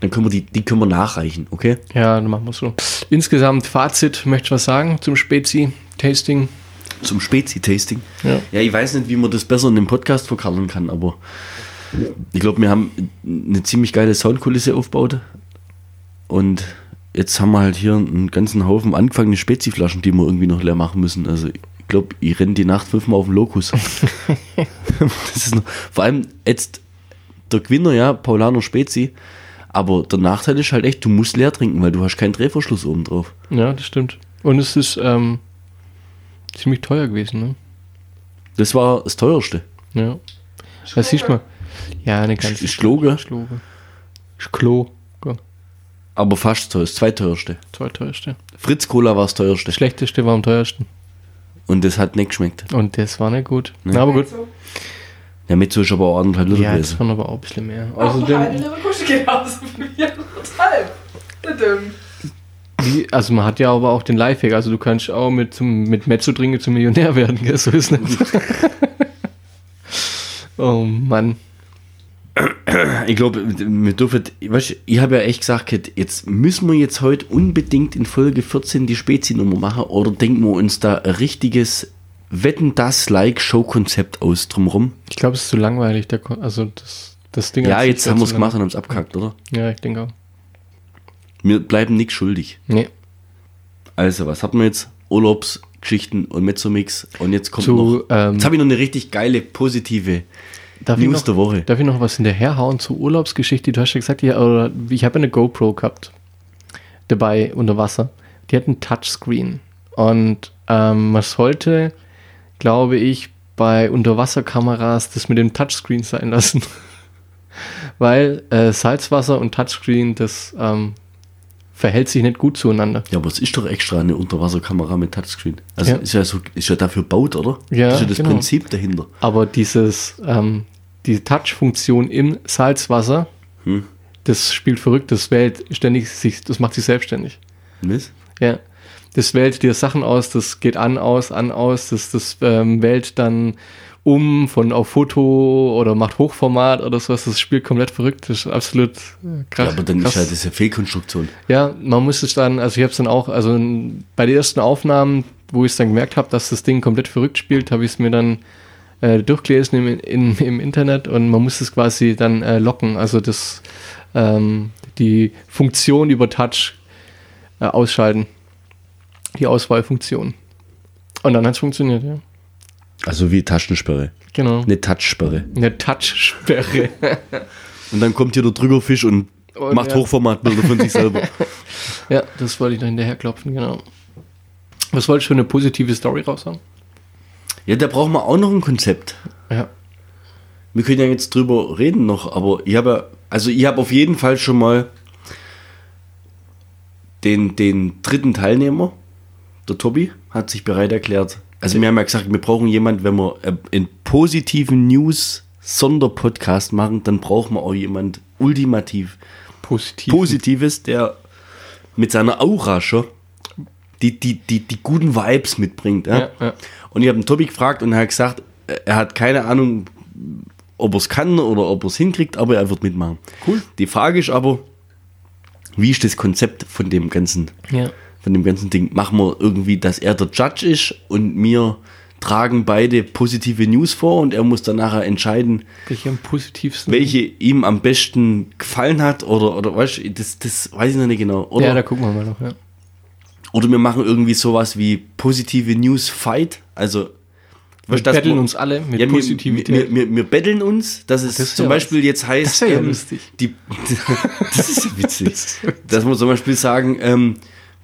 S1: dann können wir die, die können wir nachreichen, okay?
S2: Ja, dann machen wir es so. Insgesamt Fazit, möchtest du was sagen zum Spezi-Tasting?
S1: Zum Spezi-Tasting.
S2: Ja.
S1: ja, ich weiß nicht, wie man das besser in dem Podcast verkallern kann, aber ich glaube, wir haben eine ziemlich geile Soundkulisse aufgebaut. Und jetzt haben wir halt hier einen ganzen Haufen angefangene Spezi-Flaschen, die wir irgendwie noch leer machen müssen. Also ich glaube, ich renne die Nacht fünfmal auf den Lokus. das ist noch, vor allem jetzt der Gewinner, ja, Paulano Spezi. Aber der Nachteil ist halt echt, du musst leer trinken, weil du hast keinen Drehverschluss oben drauf.
S2: Ja, das stimmt. Und es ist ähm, ziemlich teuer gewesen, ne?
S1: Das war das teuerste.
S2: Ja. Das sieht man. Ja, eine ganze
S1: Ist Schloge,
S2: Schlobe. Schlo. Ja,
S1: aber fast teuer, das zweiteuerste.
S2: Zweiteuerste.
S1: Fritz Cola war das teuerste.
S2: Das schlechteste war am teuersten.
S1: Und das hat nicht geschmeckt.
S2: Und das war nicht gut. Na, aber gut.
S3: Also,
S1: Der Mezzo ist aber auch anderthalb Liter
S2: Ja, das
S1: gewesen.
S2: waren aber auch ein bisschen mehr.
S3: also auch eine
S2: Außerdem,
S3: halbe Kusche geht aus. Ja, total. Dadum.
S2: die, also man hat ja aber auch den Lifehack, also du kannst auch mit, zum, mit Mezzo trinken zum Millionär werden, gell? so ist nicht. oh Mann.
S1: Ich glaube, wir dürfen, weißt, du, ich habe ja echt gesagt, Kit, jetzt müssen wir jetzt heute unbedingt in Folge 14 die Spezi-Nummer machen oder denken wir uns da ein richtiges Wetten das like Show-Konzept aus drumrum.
S2: Ich glaube, es ist zu langweilig, der, Kon- also das, das Ding.
S1: Ja,
S2: an sich
S1: jetzt
S2: war
S1: haben wir es
S2: zu
S1: gemacht und haben es abgehackt, oder?
S2: lang. Ja, ich denke auch.
S1: Wir bleiben nichts schuldig.
S2: Nee,
S1: Also, was hatten wir jetzt? Urlaubsgeschichten und Mezzomix und jetzt kommt
S2: zu,
S1: noch.
S2: ähm,
S1: Jetzt habe ich noch eine richtig geile, positive.
S2: darf, ich
S1: News
S2: noch,
S1: der Woche.
S2: darf ich noch was hinterherhauen zur Urlaubsgeschichte? Du hast ja gesagt, ich, oder, ich habe eine GoPro gehabt, dabei unter Wasser. Die hat einen Touchscreen und ähm, man sollte glaube ich, bei Unterwasserkameras das mit dem Touchscreen sein lassen. Weil äh, Salzwasser und Touchscreen, das ähm, verhält sich nicht gut zueinander.
S1: Ja, aber es ist doch extra eine Unterwasserkamera mit Touchscreen. Also
S2: Ja.
S1: ist ja so, ist ja dafür baut, oder?
S2: Ja,
S1: Das ist ja das
S2: genau.
S1: Prinzip dahinter.
S2: Aber dieses, ähm, die Touch-Funktion im Salzwasser,
S1: Hm.
S2: das spielt verrückt, das wählt ständig sich, das macht sich selbstständig.
S1: Was?
S2: Ja. Das wählt dir Sachen aus, das geht an, aus, an, aus, das, das ähm, wählt dann um von auf Foto oder macht Hochformat oder sowas. Das Spiel komplett verrückt, das ist absolut äh,
S1: Ja,
S2: krass.
S1: aber dann
S2: krass.
S1: ist halt das ist ja Fehlkonstruktion.
S2: ja, man muss es dann, also ich habe es dann auch, also n- bei den ersten Aufnahmen, wo ich es dann gemerkt habe, dass das Ding komplett verrückt spielt, habe ich es mir dann äh, durchgelesen im, im, im Internet und man muss es quasi dann äh, locken. Also das, ähm, die Funktion über Touch äh, ausschalten. Die Auswahlfunktion. Und dann hat es funktioniert, ja.
S1: Also wie Taschensperre.
S2: Genau.
S1: Eine Touchsperre.
S2: Eine Touch-Sperre.
S1: Und dann kommt hier der Drückerfisch und
S2: Und
S1: macht
S2: Oh, ja.
S1: Hochformatbilder von sich selber.
S2: ja, das wollte ich noch hinterher klopfen, genau. Was wollte ich für eine positive Story raus haben?
S1: Ja, da brauchen wir auch noch ein Konzept.
S2: Ja.
S1: Wir können ja jetzt drüber reden noch, aber ich habe, ja- also ich habe auf jeden Fall schon mal den, den dritten Teilnehmer, der Tobi, hat sich bereit erklärt. Also wir haben ja gesagt, wir brauchen jemanden, wenn wir äh, einen positiven News Sonderpodcast machen, dann brauchen wir auch jemand ultimativ
S2: Positiv.
S1: Positives, der mit seiner Aura schon die, die, die, die guten Vibes mitbringt. Ja?
S2: Ja, ja.
S1: Und ich habe den Tobi gefragt und er hat gesagt, er hat keine Ahnung, ob er es kann oder ob er es hinkriegt, aber er wird mitmachen.
S2: Cool.
S1: Die Frage ist aber, wie ist das Konzept von dem ganzen,
S2: ja.
S1: von dem ganzen Ding? Machen wir irgendwie, dass er der Judge ist und wir tragen beide positive News vor und er muss dann nachher entscheiden,
S2: Welche am positivsten?
S1: welche ihm am besten gefallen hat oder, oder weißt du, das, das weiß ich noch nicht genau. Oder,
S2: Ja, da gucken wir mal noch, ja.
S1: oder wir machen irgendwie sowas wie positive News Fight, also
S2: Wir
S1: dass
S2: betteln
S1: wir-
S2: uns alle mit
S1: ja, wir,
S2: Positivität.
S1: wir, wir, wir betteln uns, dass es
S2: Das wär
S1: zum
S2: was.
S1: Beispiel jetzt heißt, ähm,
S2: Das wär ja lustig.
S1: Die, das ist ja witzig, dass wir zum Beispiel sagen, ähm,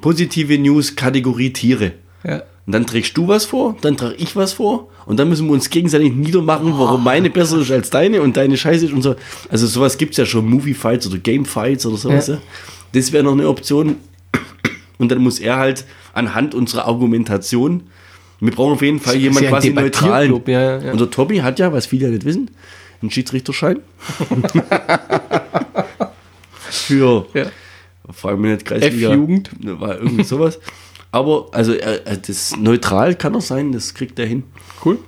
S1: positive News Kategorie Tiere.
S2: ja.
S1: Und dann trägst du was vor, dann trage ich was vor und dann müssen wir uns gegenseitig niedermachen, warum
S2: Ah.
S1: meine besser ist als deine und deine scheiße ist und so. Also sowas gibt es ja schon, Movie-Fights oder Game-Fights oder sowas.
S2: Ja.
S1: Ja. Das wäre noch eine Option. Und dann muss er halt anhand unserer Argumentation, wir brauchen auf jeden Fall
S2: Das ist
S1: jemanden
S2: ja ein
S1: quasi neutralen.
S2: Debattierclub, ja, ja.
S1: Und der Tobi hat ja, was viele ja nicht wissen, einen Schiedsrichterschein. Für
S2: Ja.
S1: Frag mich nicht, Kreisliga. Ne,
S2: F-Jugend.
S1: War irgendwie sowas. Aber, also, er, er- das neutral kann er sein, das kriegt er hin.
S2: Cool.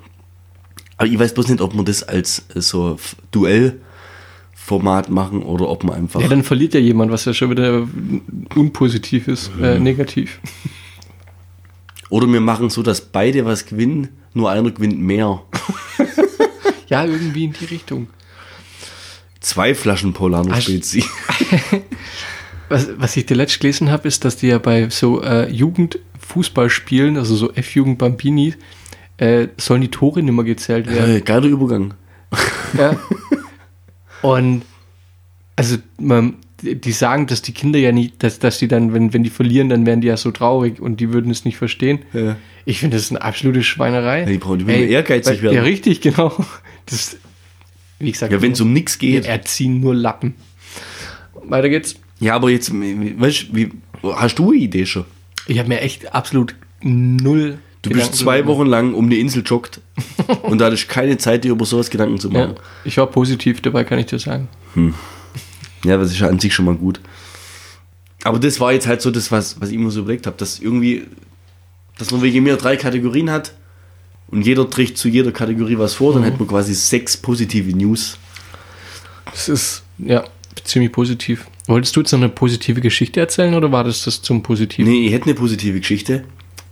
S1: Aber ich weiß bloß nicht, ob man das als äh, so F- Duellformat machen oder ob man einfach.
S2: Ja, dann verliert ja jemand, was ja schon wieder unpositiv ist, äh, negativ.
S1: oder wir machen so, dass beide was gewinnen, nur einer gewinnt mehr.
S2: Ja, irgendwie in die Richtung.
S1: Zwei Flaschen Polano
S2: Ach,
S1: Spezi.
S2: Was, was ich dir letzt gelesen habe, ist, dass die ja bei so äh, Jugendfußballspielen, also so F-Jugend Bambini, äh, sollen die Tore nicht mehr gezählt werden.
S1: Äh, Geiler Übergang.
S2: ja. Und also man, die sagen, dass die Kinder ja nicht, dass, dass die dann, wenn, wenn die verlieren, dann wären die ja so traurig und die würden es nicht verstehen.
S1: Ja.
S2: Ich finde, das ist eine absolute Schweinerei.
S1: Ja, die brauchen- die müssen
S2: Ey,
S1: ehrgeizig
S2: weil- Ja,
S1: werden.
S2: richtig, genau. Das, wie gesagt,
S1: Ja, wenn es um nichts
S2: wir
S1: geht.
S2: erziehen nur Lappen. Weiter geht's.
S1: Ja, aber jetzt, äh, weißt du, wie- hast du eine Idee schon?
S2: Ich habe mir echt absolut null.
S1: Du bist zwei Wochen lang um die Insel joggt und da hattest keine Zeit, dir über sowas Gedanken zu
S2: Ja,
S1: machen.
S2: ich war positiv, dabei kann ich dir sagen.
S1: Ja, das ist ja an sich schon mal gut. Aber das war jetzt halt so das, was, was ich mir so überlegt habe, dass irgendwie, dass Norwegen mehr drei Kategorien hat und jeder trägt zu jeder Kategorie was vor, dann
S2: Mhm.
S1: hätten wir quasi sechs positive News.
S2: Es ist, ja, ziemlich positiv. Wolltest du jetzt noch eine positive Geschichte erzählen oder war das das zum Positiven?
S1: Nee, ich hätte eine positive Geschichte,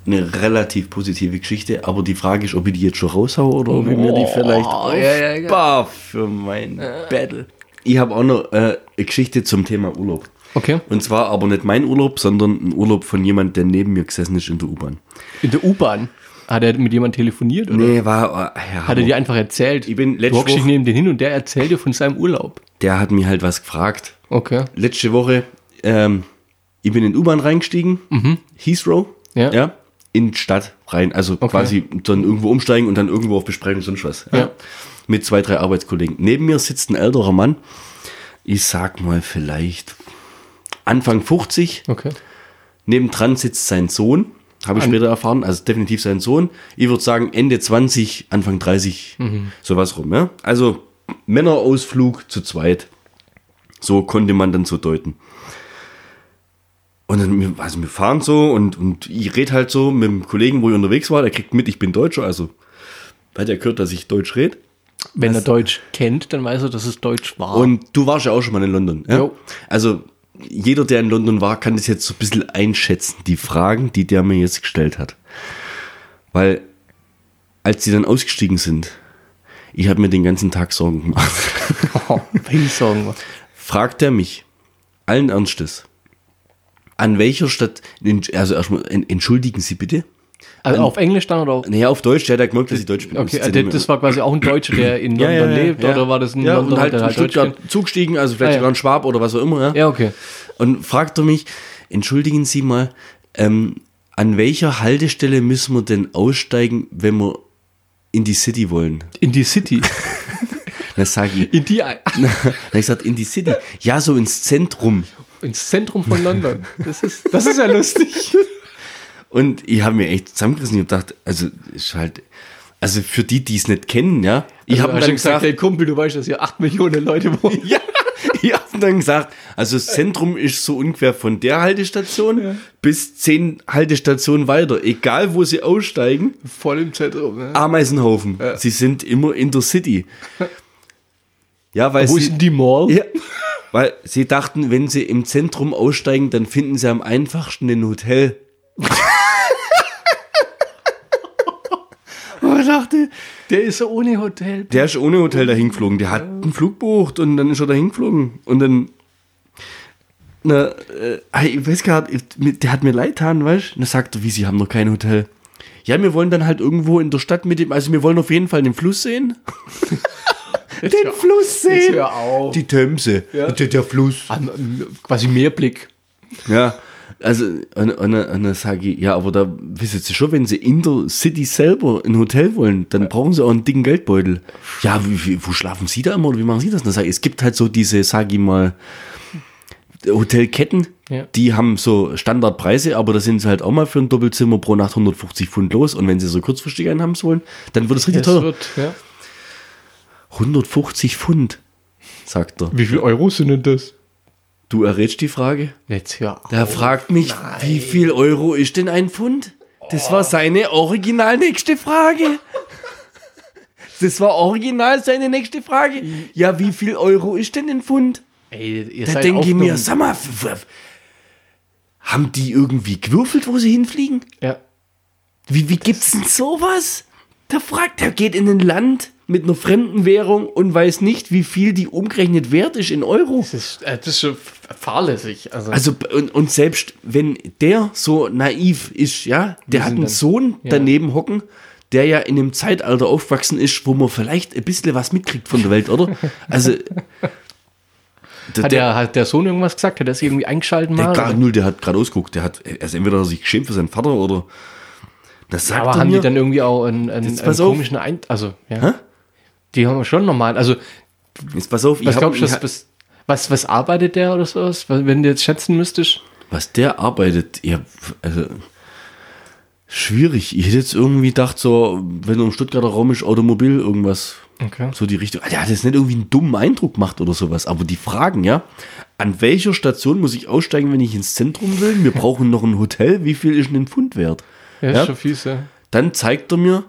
S1: eine relativ positive Geschichte, aber die Frage ist, ob ich die jetzt schon raushaue oder ob ich mir die vielleicht
S2: ja, ja, ja.
S1: aufspar für mein Battle. Ich habe auch noch äh, eine Geschichte zum Thema Urlaub.
S2: Okay.
S1: Und zwar aber nicht mein Urlaub, sondern ein Urlaub von jemand, der neben mir gesessen ist in der U-Bahn.
S2: In der U-Bahn. Hat er mit jemandem telefoniert oder
S1: Nee, war. äh, Ja,
S2: hat er
S1: aber
S2: dir einfach erzählt?
S1: Ich bin letzte
S2: du hockst dich
S1: Woche-
S2: neben den hin und der erzählt dir von seinem Urlaub.
S1: der hat mir halt was gefragt.
S2: Okay.
S1: Letzte Woche, ähm, ich bin in die U-Bahn reingestiegen, Heathrow,
S2: Mhm. Ja.
S1: in die Stadt rein. Also quasi dann irgendwo umsteigen und dann irgendwo auf Besprechung und sonst was.
S2: Ja.
S1: Mit zwei, drei Arbeitskollegen. Neben mir sitzt ein älterer Mann. Ich sag mal vielleicht Anfang 50.
S2: Okay.
S1: Nebendran sitzt sein Sohn, habe ich später erfahren, also definitiv sein Sohn. Ich würde sagen Ende 20, Anfang 30, sowas rum. Ja? Also Männerausflug zu zweit. So konnte man dann so deuten. Und dann, wir- also wir fahren so und, und ich rede halt so mit dem Kollegen, wo ich unterwegs war, der kriegt mit, ich bin Deutscher, also hat er gehört, dass ich Deutsch rede.
S2: Wenn er Deutsch kennt, dann weiß er, dass es Deutsch war.
S1: Und du warst ja auch schon mal in London. Ja?
S2: Ah. Jo.
S1: Also jeder, der in London war, kann das jetzt so ein bisschen einschätzen, die Fragen, die der mir jetzt gestellt hat. Weil als die dann ausgestiegen sind, Ich habe mir den ganzen Tag Sorgen gemacht.
S2: Oh, wenn ich Sorgen war.
S1: Fragt er mich, allen Ernstes, an welcher Stadt, also erstmal, en- entschuldigen Sie bitte.
S2: Also auf Englisch dann oder auf.
S1: Naja, auf Deutsch, ja, der hat gemerkt, dass ich Deutsch bin.
S2: Okay,
S1: Das ist
S2: also
S1: mir-
S2: das war quasi auch ein Deutscher, der in London lebt, oder war das ein
S1: ja,
S2: Londoner,
S1: und halt
S2: der
S1: in
S2: halt Deutsch
S1: Stuttgart
S2: kennt?
S1: zugestiegen, also vielleicht
S2: Ah, ja.
S1: sogar ein Schwab oder was auch immer. Ja.
S2: Ja, okay.
S1: Und fragte mich, entschuldigen Sie mal, ähm, an welcher Haltestelle müssen wir denn aussteigen, wenn wir in die City wollen?
S2: In die City.
S1: Na, sag ich.
S2: In die. Ach,
S1: Na, ich sagte, in die City. Ja, so ins Zentrum.
S2: ins Zentrum von London. Das ist, das ist ja lustig.
S1: Und ich habe mir echt zusammengerissen. Ich hab gedacht, also ist halt, also für die, die es nicht kennen, ja. Ich
S2: Also
S1: habe
S2: hast
S1: dann
S2: du gesagt,
S1: gesagt,
S2: hey Kumpel, du weißt, dass hier 8 Millionen Leute wohnen.
S1: ja, ich habe dann gesagt, also das Zentrum ist so ungefähr von der Haltestation bis zehn Haltestationen weiter. Egal, wo sie aussteigen,
S2: Voll im Zentrum. Ne?
S1: Ameisenhaufen. Sie sind immer in der City. Ja, weil
S2: Wo
S1: sie,
S2: ist denn die Mall?
S1: Ja, weil sie dachten, wenn sie im Zentrum aussteigen, dann finden sie am einfachsten ein Hotel. Und ich dachte,
S2: Der ist so ohne Hotel.
S1: der ist ohne Hotel dahin geflogen. Der hat einen Flug gebucht und dann ist er dahin geflogen. Und dann, na, äh, ich weiß gar nicht, ich- der hat mir leid getan, weißt du? Und dann sagt er, wie, sie haben noch kein Hotel. Ja, wir wollen dann halt irgendwo in der Stadt mit dem, also wir wollen auf jeden Fall den Fluss sehen. den
S2: hör-
S1: Fluss sehen.
S2: Jetzt hör auf.
S1: Die Themse,
S2: Ja.
S1: der, der Fluss.
S2: Am- am- quasi Meerblick.
S1: Ja, also, und, und, und dann sage ich, ja, aber da wissen Sie schon, wenn Sie in der City selber ein Hotel wollen, dann brauchen Sie auch einen dicken Geldbeutel. Ja, wie, wie, wo schlafen Sie da immer oder wie machen Sie das? Dann sag ich, es gibt halt so diese, sag ich mal, Hotelketten,
S2: Ja.
S1: die haben so Standardpreise, aber da sind sie halt auch mal für ein Doppelzimmer pro Nacht 150 Pfund los. Und wenn Sie so kurzfristig einen haben wollen, dann wird es richtig
S2: Das
S1: teuer.
S2: wird, ja.
S1: 150 Pfund, sagt er.
S2: Wie viel Euro sind denn das?
S1: Du errätst die Frage?
S2: Jetzt hör auf.
S1: Der fragt mich, wie viel Euro ist denn ein Pfund? Das war seine original nächste Frage. Das war original seine nächste Frage. Ja, wie viel Euro ist denn ein Pfund?
S2: Ey, ihr
S1: Da
S2: seid
S1: denke ich
S2: aufgenommen.
S1: mir, sag mal, f- f- haben die irgendwie gewürfelt, wo sie hinfliegen?
S2: Ja.
S1: Wie, wie gibt's denn sowas? Der fragt, der geht in ein Land mit einer fremden Währung und weiß nicht, wie viel die umgerechnet wert ist in Euro.
S2: Das ist, äh, das ist schon fahrlässig. Also,
S1: Also b- und, und selbst wenn der so naiv ist, ja, der hat
S2: sind
S1: einen
S2: dann-
S1: Sohn
S2: ja.
S1: daneben hocken, der ja in einem Zeitalter aufgewachsen ist, wo man vielleicht ein bisschen was mitkriegt von der Welt, oder? Also der,
S2: hat, der, hat der Sohn irgendwas gesagt? Hat er es irgendwie eingeschalten
S1: der,
S2: mal?
S1: gar, null, der hat gerade ausgeguckt, der hat also entweder hat er sich geschämt für seinen Vater oder das sagt
S2: Aber
S1: er
S2: haben
S1: mir,
S2: die dann irgendwie auch einen, einen,
S1: Jetzt
S2: einen
S1: pass auf.
S2: komischen Ein... Also, ja.
S1: Hä?
S2: Die haben schon normal. Also,
S1: Jetzt pass auf, ich
S2: was
S1: hab-
S2: glaubst du,
S1: ich
S2: was,
S1: hab-
S2: was, was, was arbeitet der oder sowas? Was- Wenn du jetzt schätzen müsstest.
S1: was der arbeitet, ja, also schwierig. Ich hätte jetzt irgendwie gedacht, so, wenn er im Stuttgarter Raum ist, Automobil, irgendwas.
S2: Okay.
S1: So die Richtung. Ah, Der hat jetzt nicht irgendwie einen dummen Eindruck gemacht oder sowas. Aber die Fragen, ja. An welcher Station muss ich aussteigen, wenn ich ins Zentrum will? Wir brauchen noch ein Hotel. Wie viel ist denn ein Pfund wert?
S2: Ja, ist
S1: Ja.
S2: schon fies, ja.
S1: Dann zeigt er mir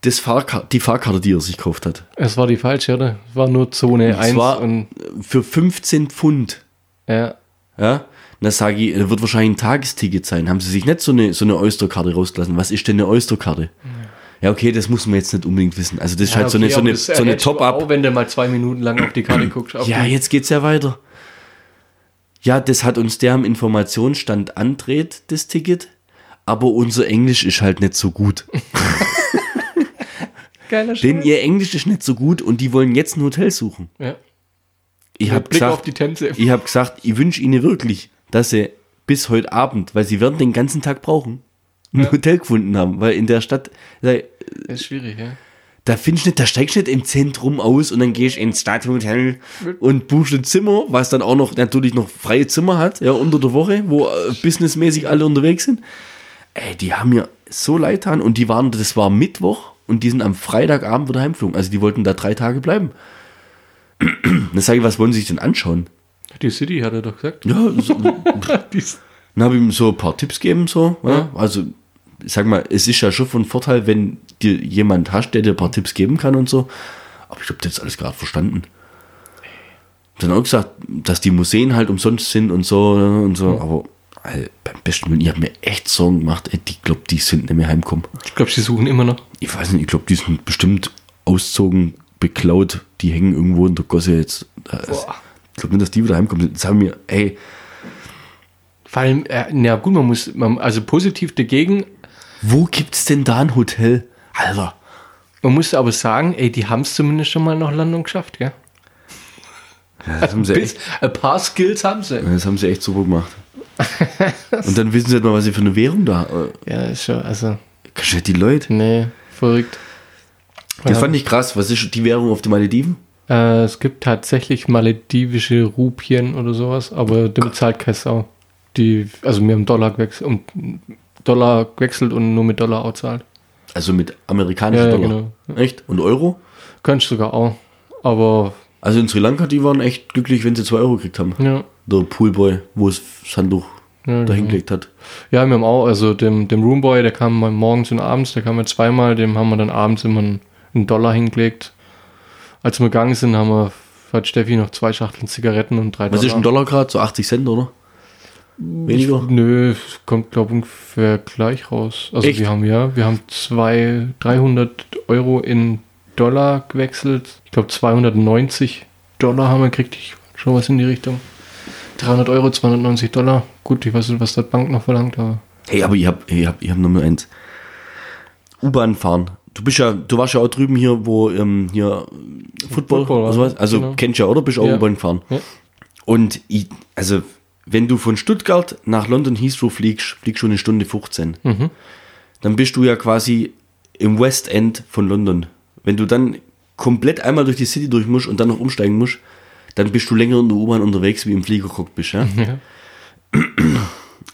S1: das Fahrka die Fahrkarte, die er sich gekauft hat.
S2: Es war die falsche, oder? Es war nur Zone
S1: Es
S2: 1
S1: war
S2: und
S1: für 15 Pfund.
S2: ja.
S1: Ja. Na, sag ich, das wird wahrscheinlich ein Tagesticket sein. Haben sie sich nicht so eine, so eine Oysterkarte rausgelassen? Was ist denn eine Oysterkarte? Ja, okay, das muss man jetzt nicht unbedingt wissen. Also, das ist halt so eine, so eine, so eine Top-Up.
S2: Auch wenn du mal zwei Minuten lang auf die Karte guckst. auf
S1: Ja,
S2: die-
S1: jetzt geht's ja weiter. Ja, das hat uns der am Informationsstand andreht, das Ticket. Aber unser Englisch ist halt nicht so gut.
S2: Geiler
S1: Denn
S2: Scheiß.
S1: ihr Englisch ist nicht so gut und die wollen jetzt ein Hotel suchen.
S2: Ja.
S1: Ich
S2: Mit
S1: hab
S2: Blick auf
S1: gesagt,
S2: die Tänze.
S1: ich hab gesagt, ich wünsche ihnen wirklich, dass sie bis heute Abend, weil sie werden den ganzen Tag brauchen, ein Hotel gefunden haben. Weil in der Stadt, da,
S2: Das ist schwierig, ja.
S1: da findest du nicht, da steigst du nicht im Zentrum aus und dann gehst du ins Stadthotel und buchst ein Zimmer, was dann auch noch natürlich noch freie Zimmer hat, ja, unter der Woche, wo äh, businessmäßig alle unterwegs sind. Ey, die haben mir so leid getan und die waren, das war Mittwoch und die sind am Freitagabend wieder heimgeflogen. Also die wollten da drei Tage bleiben. Dann sage ich, was wollen sie sich denn anschauen?
S2: Die City hat er doch gesagt.
S1: Ja, so,
S2: Die-
S1: dann habe ich ihm so ein paar Tipps gegeben, so. Ja. Also, ich sag mal, es ist ja schon von Vorteil, wenn dir jemand hast, der dir ein paar Tipps geben kann und so. Aber ich habe das alles gerade verstanden. Dann auch gesagt, dass die Museen halt umsonst sind und so ne, und so. Aber ey, beim besten Willen, ich habe mir echt Sorgen gemacht. Ey, die glaubt, die sind nicht mehr heimkommen.
S2: ich glaube, sie suchen immer noch.
S1: Ich weiß nicht, ich glaube, die sind bestimmt auszogen, beklaut. Die hängen irgendwo in der Gosse jetzt. Da ist- Ich glaube nicht, dass die wieder heimkommen. Jetzt haben wir, ey,
S2: Vor allem, äh, na gut, man muss, man, also positiv dagegen,
S1: wo gibt's denn da ein Hotel? Alter.
S2: man muss aber sagen, ey, die haben es zumindest schon mal nach Landung geschafft, gell?
S1: Das haben sie
S2: Bis,
S1: echt,
S2: ein paar Skills haben sie.
S1: das haben sie echt super gemacht. Und dann wissen sie halt mal, was sie für eine Währung da. äh,
S2: Ja, ist schon, also,
S1: Kannst du halt die Leute.
S2: nee, verrückt.
S1: Das
S2: Ja.
S1: fand ich krass. Was ist die Währung auf den Malediven?
S2: Äh, es gibt tatsächlich maledivische Rupien oder sowas, aber damit zahlt keine Sau. Die, also wir haben Dollar gewechselt, um, Dollar gewechselt und nur mit Dollar auch zahlt.
S1: Also mit amerikanischen
S2: Ja, ja,
S1: Dollar. Echt? Und Euro?
S2: Könntest sogar auch, aber
S1: Also in Sri Lanka, die waren echt glücklich, wenn sie 2 Euro gekriegt haben.
S2: ja.
S1: Der Poolboy, wo es Handtuch
S2: Ja,
S1: dahin
S2: genau.
S1: gelegt hat.
S2: Ja, wir haben auch, also dem, dem Roomboy, der kam mal morgens und abends, der kam ja zweimal, dem haben wir dann abends immer einen, einen Dollar hingelegt. Als wir gegangen sind, haben wir, hat Steffi noch zwei Schachteln Zigaretten und drei
S1: Was ist ein Dollar gerade? So 80 Cent, oder? Weniger?
S2: Nö, es kommt glaube ungefähr gleich raus. Also
S1: Echt?
S2: wir haben ja, wir haben zwei, 300 Euro in Dollar gewechselt. Ich glaube 290 Dollar haben wir gekriegt. Ich schon was in die Richtung. 300 Euro, 290 Dollar. Gut, ich weiß nicht, was der Bank noch verlangt, aber
S1: Hey, aber ich hab, ich hab, ich hab Nummer eins. U-Bahn fahren. Du bist ja, du warst ja auch drüben hier, wo ähm, hier Football,
S2: Football,
S1: oder sowas. Also
S2: genau.
S1: kennst du ja, oder? Bist auch
S2: Ja.
S1: U-Bahn gefahren.
S2: Ja.
S1: Und ich, also, wenn du von Stuttgart nach London Heathrow fliegst, fliegst du eine Stunde 15.
S2: Mhm.
S1: Dann bist du ja quasi im West End von London. Wenn du dann komplett einmal durch die City durch musst und dann noch umsteigen musst, dann bist du länger in der U-Bahn unterwegs, wie im Flieger guckt bist, ja?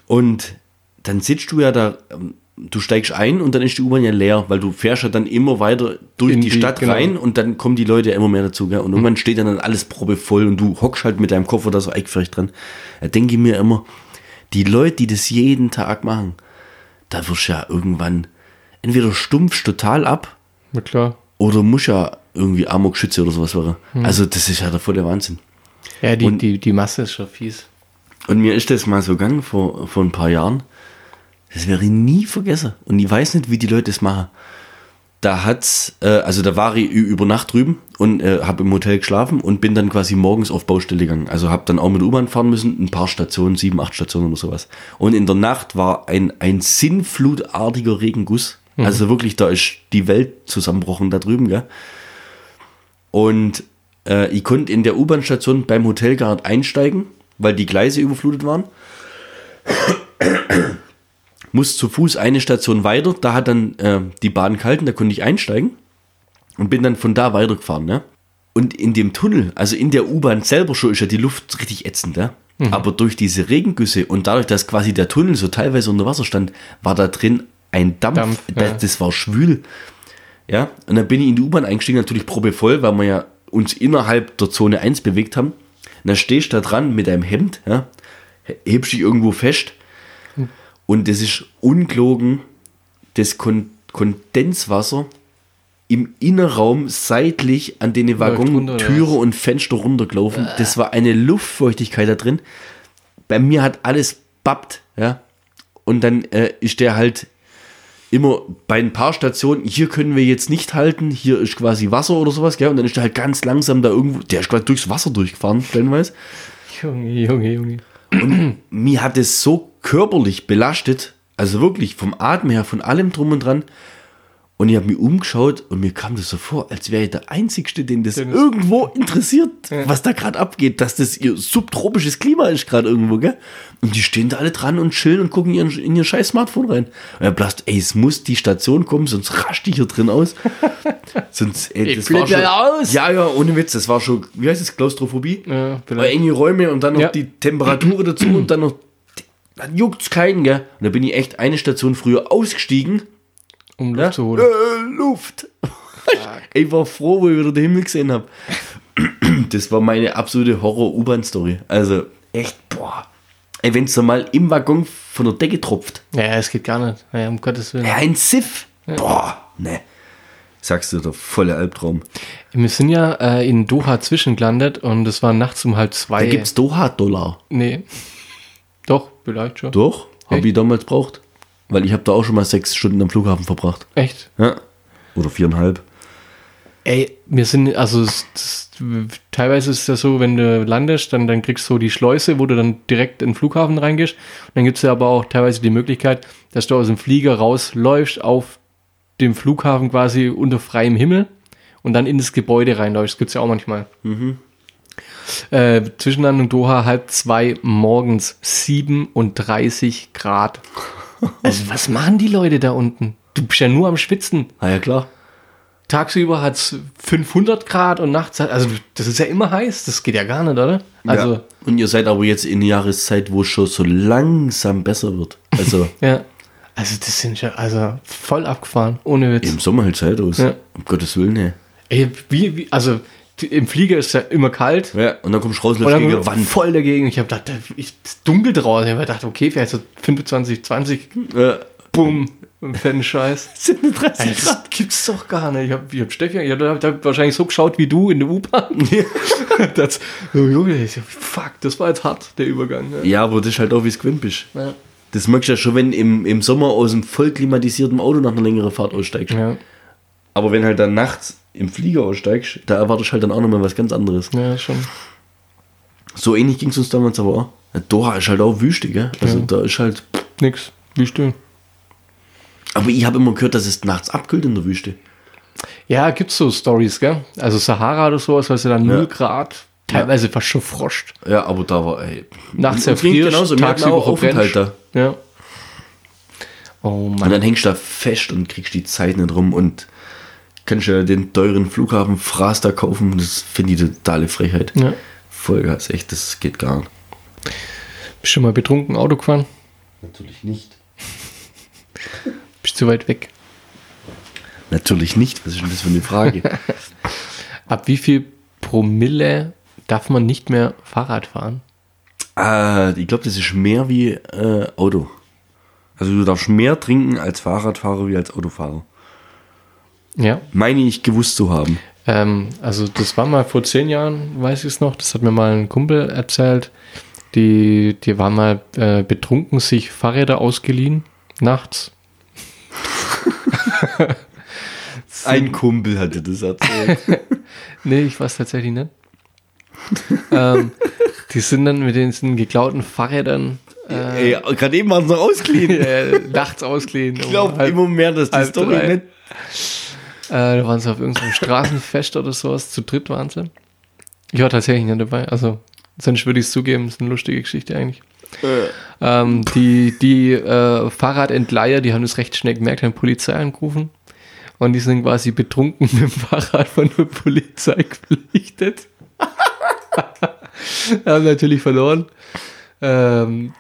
S1: Und dann sitzt du ja da, ähm, du steigst ein und dann ist die U-Bahn ja leer, weil du fährst ja dann immer weiter durch
S2: In
S1: die,
S2: die-
S1: Stadt
S2: genau.
S1: rein und dann kommen die Leute ja immer mehr dazu. Gell? Und irgendwann steht dann alles probevoll und du hockst halt mit deinem Koffer da so eckfertig dran. Da denke ich mir immer, die Leute, die das jeden Tag machen, da wirst du ja irgendwann entweder stumpfst total ab
S2: na klar.
S1: oder musst ja irgendwie Amokschütze oder sowas wäre. Also das ist ja der volle Wahnsinn.
S2: Ja, die,
S1: Und-
S2: die, die Masse ist schon fies.
S1: Und mir ist das mal so gegangen vor, vor ein paar Jahren. Das werde ich nie vergessen. Und ich weiß nicht, wie die Leute das machen. Da hat's, äh, also da war ich ü- über Nacht drüben und äh, habe im Hotel geschlafen und bin dann quasi morgens auf Baustelle gegangen. Also habe dann auch mit U-Bahn fahren müssen, ein paar Stationen, sieben, acht Stationen oder sowas. Und in der Nacht war ein, ein sinnflutartiger Regenguss. Also wirklich, da ist die Welt zusammenbrochen da drüben, gell? Und äh, ich konnte in der U-Bahn-Station beim Hotel gar nicht einsteigen, weil die Gleise überflutet waren. Muss zu Fuß eine Station weiter, da hat dann äh, die Bahn gehalten, da konnte ich einsteigen und bin dann von da weitergefahren. Ne? Und in dem Tunnel, also in der U-Bahn selber schon, ist ja die Luft richtig ätzend. Ne?
S2: Mhm.
S1: Aber durch diese Regengüsse und dadurch, dass quasi der Tunnel so teilweise unter Wasser stand, war da drin ein Dampf,
S2: Dampf, ja.
S1: das, das war schwül. Ja, und dann bin ich in die U-Bahn eingestiegen, natürlich probevoll, weil wir ja uns innerhalb der Zone 1 bewegt haben. Und dann stehst du da dran mit deinem Hemd, ja, hebst dich irgendwo fest. Und das ist ungelogen, das Kon Kondenswasser im Innerraum seitlich an den
S2: runter, oder
S1: Waggontüre
S2: was?
S1: und Fenster runtergelaufen. Das war eine Luftfeuchtigkeit da drin. Bei mir hat alles babbt, ja. Und dann äh, ist der halt immer bei ein paar Stationen, hier können wir jetzt nicht halten, hier ist quasi Wasser oder sowas, gell? Und dann ist der halt ganz langsam da irgendwo, der ist quasi durchs Wasser durchgefahren, stellenweise.
S2: Junge, Junge, Junge.
S1: Mir hat es so körperlich belastet, also wirklich vom Atmen her, von allem drum und dran. Und ich habe mich umgeschaut und mir kam das so vor, als wäre ich der Einzige, den das
S2: Den das-
S1: irgendwo interessiert, was da gerade abgeht, dass das ihr subtropisches Klima ist gerade irgendwo, gell? Und die stehen da alle dran und chillen und gucken ihren, in ihr scheiß Smartphone rein. Und er blast, ey, es muss die Station kommen, sonst rascht die hier drin aus. sonst, ey,
S2: Ich flippe
S1: schon,
S2: aus!
S1: Ja, ja, ohne Witz, das war schon, wie heißt das, Klaustrophobie?
S2: Ja,
S1: Weil
S2: vielleicht.
S1: enge Räume und dann noch
S2: Ja.
S1: die Temperatur dazu und dann noch. Dann juckt's keinen, gell? Und da bin ich echt eine Station früher ausgestiegen.
S2: Um Luft
S1: Ja?
S2: zu holen.
S1: Äh, Luft. ich war froh, wo ich wieder den Himmel gesehen habe. Das war meine absolute Horror-U-Bahn-Story. Also echt, boah. Ey, wenn's da mal im Waggon von der Decke tropft.
S2: Ja, es geht gar nicht. Ja, um Gottes Willen.
S1: Ja, ein Siff. Boah, ne. Sagst du, der volle Albtraum.
S2: Wir sind ja äh, in Doha zwischengelandet und es war nachts um halb zwei.
S1: Da gibt's Doha-Dollar.
S2: Nee. Doch, vielleicht schon.
S1: Doch, hab
S2: Echt?
S1: ich damals braucht. Weil ich habe da auch schon mal sechs Stunden am Flughafen verbracht.
S2: Echt?
S1: Ja. Oder viereinhalb.
S2: Ey, wir sind, also es- das, teilweise ist das so, wenn du landest, dann, dann kriegst du die Schleuse, wo du dann direkt in den Flughafen reingehst. Und dann gibt es ja aber auch teilweise die Möglichkeit, dass du aus dem Flieger rausläufst, auf dem Flughafen quasi unter freiem Himmel und dann in das Gebäude reinläufst. Gibt es ja auch manchmal. Äh, Zwischenlandung Doha halb zwei morgens, 37 Grad. Also was machen die Leute da unten? Du bist ja nur am Schwitzen
S1: Ah ja, klar.
S2: tagsüber hat es 500 Grad und nachts, hat, also das ist ja immer heiß, das geht ja gar nicht, oder? Also,
S1: Und ihr seid aber jetzt in der Jahreszeit, wo es schon so langsam besser wird. Also
S2: ja. Also das sind ja, also voll abgefahren, ohne Witz.
S1: im Sommer hält es halt aus.
S2: Ja.
S1: Um Gottes Willen, ne.
S2: Ey, wie, wie, also die- im Flieger ist ja immer kalt.
S1: Ja, und dann kommst du raus und
S2: Und
S1: läufst
S2: dann
S1: gegen die
S2: Wand.
S1: Wand.
S2: voll dagegen. Ich habe gedacht, ich es ist dunkel draußen. Ich habe gedacht, okay, vielleicht so 25, 20,
S1: Ja.
S2: bumm, und fetten Scheiß. Ey, das gibt's doch gar nicht. Ich habe ich hab Steffi, ich habe hab wahrscheinlich so geschaut wie du in der U-Bahn. das, so, Junge, ich so, fuck, das war jetzt hart, der Übergang. Ja.
S1: ja, aber das ist halt auch, wie es gewinnt bist.
S2: Ja.
S1: Das merkst du ja schon, wenn im, im Sommer aus einem voll klimatisierten Auto nach einer längeren Fahrt aussteigst.
S2: Ja,
S1: Aber wenn halt dann nachts im Flieger aussteigst, da erwartest du halt dann auch nochmal was ganz anderes.
S2: ja, schon.
S1: So ähnlich ging es uns damals aber auch. Ja, Doha ist halt auch wüstig, gell? Also
S2: Ja.
S1: da ist halt.
S2: Nix. Wie still.
S1: Aber ich habe immer gehört, dass es nachts abkühlt in der Wüste.
S2: Ja, gibt's so Stories, gell? Also Sahara oder sowas, weißt du, da 0 Grad, teilweise fast schon froscht.
S1: Ja, aber da war, ey.
S2: Nachts
S1: Uns ging's
S2: erfrierst,
S1: genauso. Wir hatten
S2: tagsüber
S1: auch Aufenthalt
S2: verbrennst. Ja. Oh
S1: Und
S2: Mann.
S1: dann hängst du da fest und kriegst die Zeit nicht rum und kannst ja den teuren Flughafen Fraß da kaufen. Das finde ich totale Frechheit.
S2: Ja.
S1: Vollgas, echt, das geht gar nicht.
S2: Bist du mal betrunken Auto gefahren?
S1: Natürlich nicht.
S2: Bist zu weit weg.
S1: Natürlich nicht. Was ist denn das für eine Frage?
S2: Ab wie viel Promille darf man nicht mehr Fahrrad fahren?
S1: Ah, ich glaube, das ist mehr wie äh, Auto. Also du darfst mehr trinken als Fahrradfahrer wie als Autofahrer.
S2: Ja.
S1: Meine ich gewusst zu haben.
S2: Ähm, also das war mal vor zehn Jahren, weiß ich es noch, das hat mir mal ein Kumpel erzählt, die, die waren mal äh, betrunken, sich Fahrräder ausgeliehen, nachts.
S1: Ein Kumpel hatte das erzählt.
S2: Nee, ich weiß tatsächlich nicht. ähm, die sind dann mit den sind geklauten Fahrrädern
S1: Ey, gerade eben waren es noch ausgeliehen.
S2: äh, nachts ausgeliehen. um
S1: Ich glaube
S2: halb-
S1: immer mehr, dass die
S2: halb
S1: Story
S2: drei.
S1: nicht...
S2: Äh, da waren sie auf irgendeinem Straßenfest oder sowas, zu dritt waren sie. Ich war tatsächlich nicht dabei, also sonst würde ich es zugeben, ist eine lustige Geschichte eigentlich. Ähm, die die äh, Fahrradentleiher, die haben das recht schnell gemerkt, haben Polizei angerufen und die sind quasi betrunken mit dem Fahrrad von der Polizei gepflichtet. haben natürlich verloren. Ähm,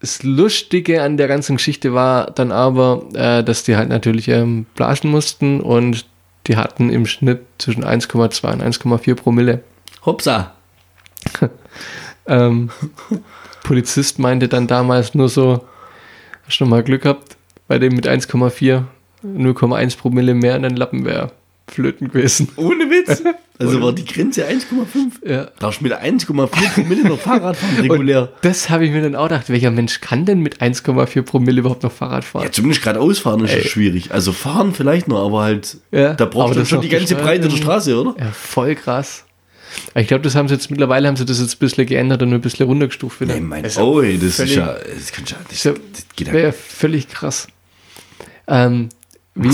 S2: das Lustige an der ganzen Geschichte war dann aber, äh, dass die halt natürlich ähm, blasen mussten und die hatten im Schnitt zwischen 1,2 und 1,4 Promille.
S1: Hopsa.
S2: Ähm, Polizist meinte dann damals nur so, hast du noch mal Glück gehabt, bei dem mit 1,4, 0,1 Promille mehr in den Lappen wäre flöten gewesen.
S1: Ohne Witz. Also war die Grenze 1,5.
S2: Ja.
S1: Darfst mit 1,4 Promille noch Fahrrad fahren,
S2: Und
S1: regulär.
S2: das habe ich mir dann auch gedacht, welcher Mensch kann denn mit 1,4 Promille überhaupt noch Fahrrad fahren?
S1: Ja, zumindest gerade ausfahren ist schon schwierig. Also fahren vielleicht noch, aber halt,
S2: Ja,
S1: da
S2: aber
S1: brauchst du
S2: das
S1: schon
S2: noch
S1: die ganze
S2: gesteuert
S1: Breite der
S2: irgendwie.
S1: Straße, oder?
S2: Ja, voll krass. Aber Ich glaube, das haben sie jetzt mittlerweile haben sie das jetzt ein bisschen geändert und ein bisschen runtergestuft wieder.
S1: Nee, mein,
S2: Ist ja
S1: oh, ey, das ist
S2: völlig-
S1: ja, das kann ja, das,
S2: ist ja-
S1: das geht ja.
S2: Wäre ja völlig krass. Ähm, wie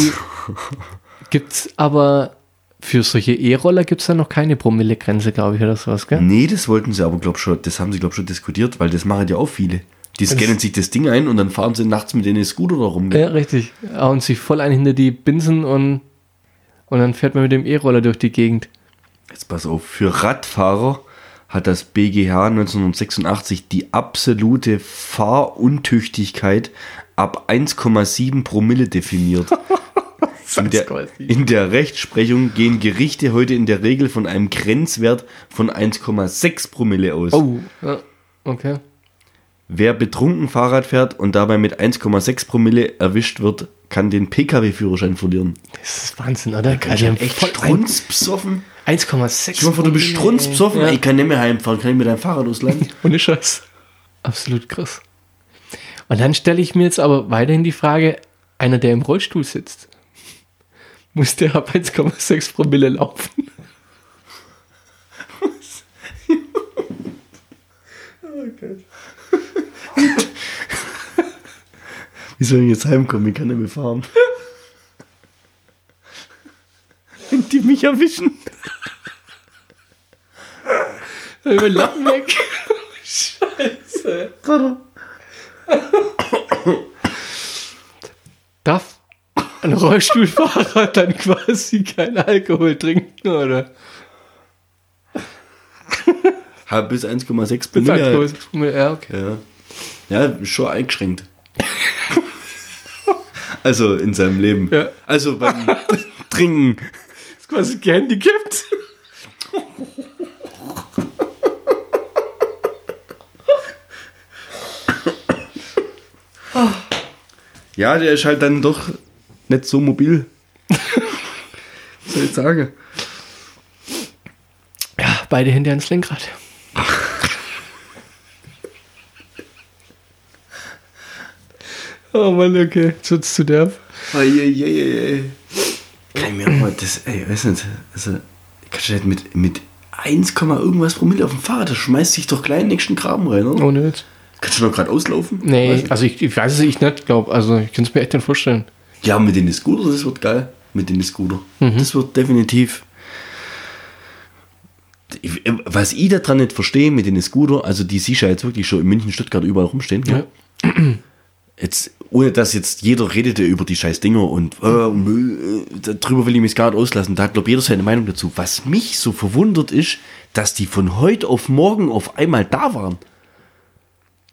S2: gibt's aber für solche E-Roller gibt's da noch keine Promillegrenze, glaube ich, oder sowas, gell?
S1: Nee, das wollten sie aber, glaub schon, das haben sie, glaub schon diskutiert, weil das machen ja auch viele. Die scannen sich das Ding ein und dann fahren sie nachts mit denen Scooter da rum.
S2: Ja, richtig. Hauen sich voll ein hinter die Binsen und, und dann fährt man mit dem E-Roller durch die Gegend.
S1: Jetzt pass auf, für Radfahrer hat das BGH 1986 die absolute Fahruntüchtigkeit ab 1,7 Promille definiert. In der, in der Rechtsprechung gehen Gerichte heute in der Regel von einem Grenzwert von 1,6 Promille aus.
S2: Oh, ja, okay.
S1: Wer betrunken Fahrrad fährt und dabei mit 1,6 Promille erwischt wird, kann den Pkw-Führerschein verlieren.
S2: Das ist Wahnsinn, oder? Also, ein-
S1: strunzpsoffen?
S2: 1,6.
S1: Ich meine, du bist
S2: Promille, ey.
S1: strunzpsoffen.
S2: Ja.
S1: Ich kann nicht mehr heimfahren, kann ich mir dein Fahrrad ausleihen?
S2: Ohne Scheiß. Absolut krass. Und dann stelle ich mir jetzt aber weiterhin die Frage, einer, der im Rollstuhl sitzt, muss der ab 1,6 Promille laufen.
S1: Wie soll ich jetzt heimkommen? Ich kann nicht mehr fahren.
S2: Wenn die mich erwischen. Über Lappen weg. Scheiße. Darf ein Rollstuhlfahrer dann quasi keinen Alkohol trinken, oder?
S1: Hab bis 1,6
S2: Mit Alkohol.
S1: Promille.
S2: Ja, okay.
S1: Ja. ja, ist schon eingeschränkt. also in seinem Leben.
S2: Ja.
S1: Also beim Trinken.
S2: Ist quasi gehandicapt.
S1: Ja, der ist halt dann doch nicht so mobil. Was soll ich sagen?
S2: Ja, beide Hände ans Lenkrad. oh Mann, okay. Schutz zu derb.
S1: Eieieiei. Kann ich mir auch mal das, ey, weiß nicht, also, kannst du nicht mit, mit 1, Komma irgendwas Promille auf dem Fahrrad, das schmeißt dich doch gleich in den nächsten Graben rein, oder?
S2: Ohne Witz.
S1: Kannst du doch gerade auslaufen? Weiß
S2: Nee,
S1: nicht.
S2: also ich, ich weiß es ich nicht, glaube Also ich kann es mir echt nicht vorstellen.
S1: Ja, mit den Scooter, das wird geil. Mit den Scooter. Das wird definitiv. Ich- äh, Was ich daran nicht verstehe mit den Scooter, also die siehst du ja jetzt wirklich schon in München, Stuttgart überall rumstehen. gell? Jetzt, ohne dass jetzt jeder redete über die scheiß Dinger und äh, Müll, äh, darüber will ich mich gar nicht auslassen. Da hat, glaube jeder seine Meinung dazu. Was mich so verwundert ist, dass die von heute auf morgen auf einmal da waren.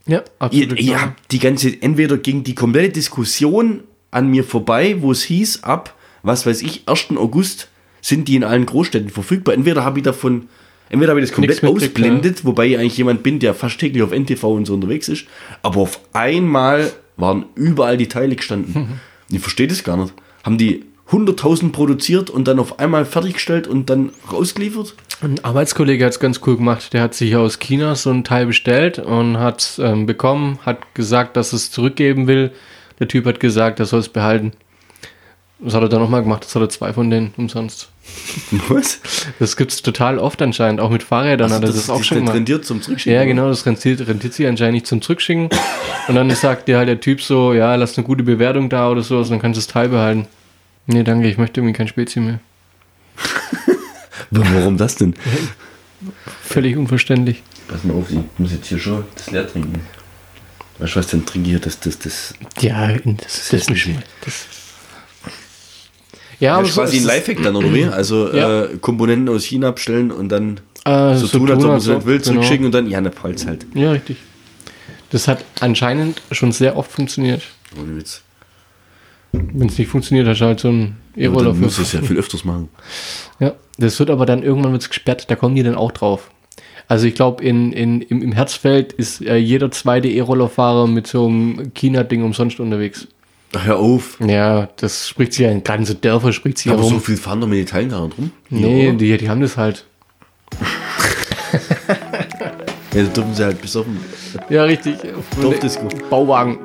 S2: Ja, absolut.
S1: Ihr, ihr
S2: klar.
S1: habt die ganze, entweder ging die komplette Diskussion an mir vorbei, wo es hieß, ab, was weiß ich, 1. August sind die in allen Großstädten verfügbar. Entweder habe ich davon, entweder habe ich das komplett
S2: mitgekriegt,
S1: ausblendet, wobei ich eigentlich jemand bin, der fast täglich auf NTV und so unterwegs ist, aber auf einmal waren überall die Teile gestanden.
S2: Mhm.
S1: Ich verstehe das gar nicht. Haben die 100.000 produziert und dann auf einmal fertiggestellt und dann rausgeliefert?
S2: Ein Arbeitskollege hat es ganz cool gemacht. Der hat sich aus China so ein Teil bestellt und hat es ähm, bekommen, hat gesagt, dass es zurückgeben will. Der Typ hat gesagt, er soll es behalten. Das hat er dann nochmal gemacht. Das hat er zwei von denen umsonst.
S1: Was?
S2: Das gibt es total oft anscheinend, auch mit Fahrrädern.
S1: Also
S2: hat er das, ist auch schon
S1: nicht
S2: gemacht.
S1: rendiert zum Zurückschicken.
S2: Ja,
S1: oder?
S2: genau, das rentiert, rentiert sich anscheinend nicht zum Zurückschicken. Und dann sagt dir halt der Typ so, ja, lass eine gute Bewertung da oder sowas, dann kannst du das Teil behalten. Nee, danke, ich möchte irgendwie kein Spezi mehr.
S1: Warum das denn?
S2: Völlig unverständlich.
S4: Pass mal auf, ich muss jetzt hier schon das leer trinken.
S1: Weißt du was, dann trinke ich hier das, das, das.
S2: Ja, das,
S1: ist nicht schlimm.
S2: das- Ja, aber so ist es. Mhm.
S1: dann, oder wie? Also
S2: Ja.
S1: äh, Komponenten aus China abstellen und dann
S2: Äh,
S1: so, tun, als ob man es nicht will,
S2: genau.
S1: zurückschicken und dann, ja, ne, Pals halt.
S2: Ja, richtig. Das hat anscheinend schon sehr oft funktioniert.
S1: Ohne Witz.
S2: Wenn es nicht funktioniert, hast du halt so ein
S1: Aber
S2: E-Roll
S1: dann
S2: dafür.
S1: musst du es ja viel öfters machen.
S2: Ja, das wird aber dann irgendwann wird's gesperrt, da kommen die dann auch drauf. Also ich glaube, in, in, im, im Herzfeld ist äh, jeder zweite E-Rollerfahrer mit so einem China-Ding umsonst unterwegs.
S1: Ach, hör auf.
S2: Ja, das spricht sich ja in ganze Dörfer, spricht sich ja
S1: Aber so
S2: rum.
S1: viel fahren doch mit den Teilen gar nicht rum.
S2: nee,
S1: Ja,
S2: die, die haben das halt.
S1: da dürfen sie halt bis auf den
S2: Ja, richtig.
S1: Dorfdisco.
S2: Bauwagen.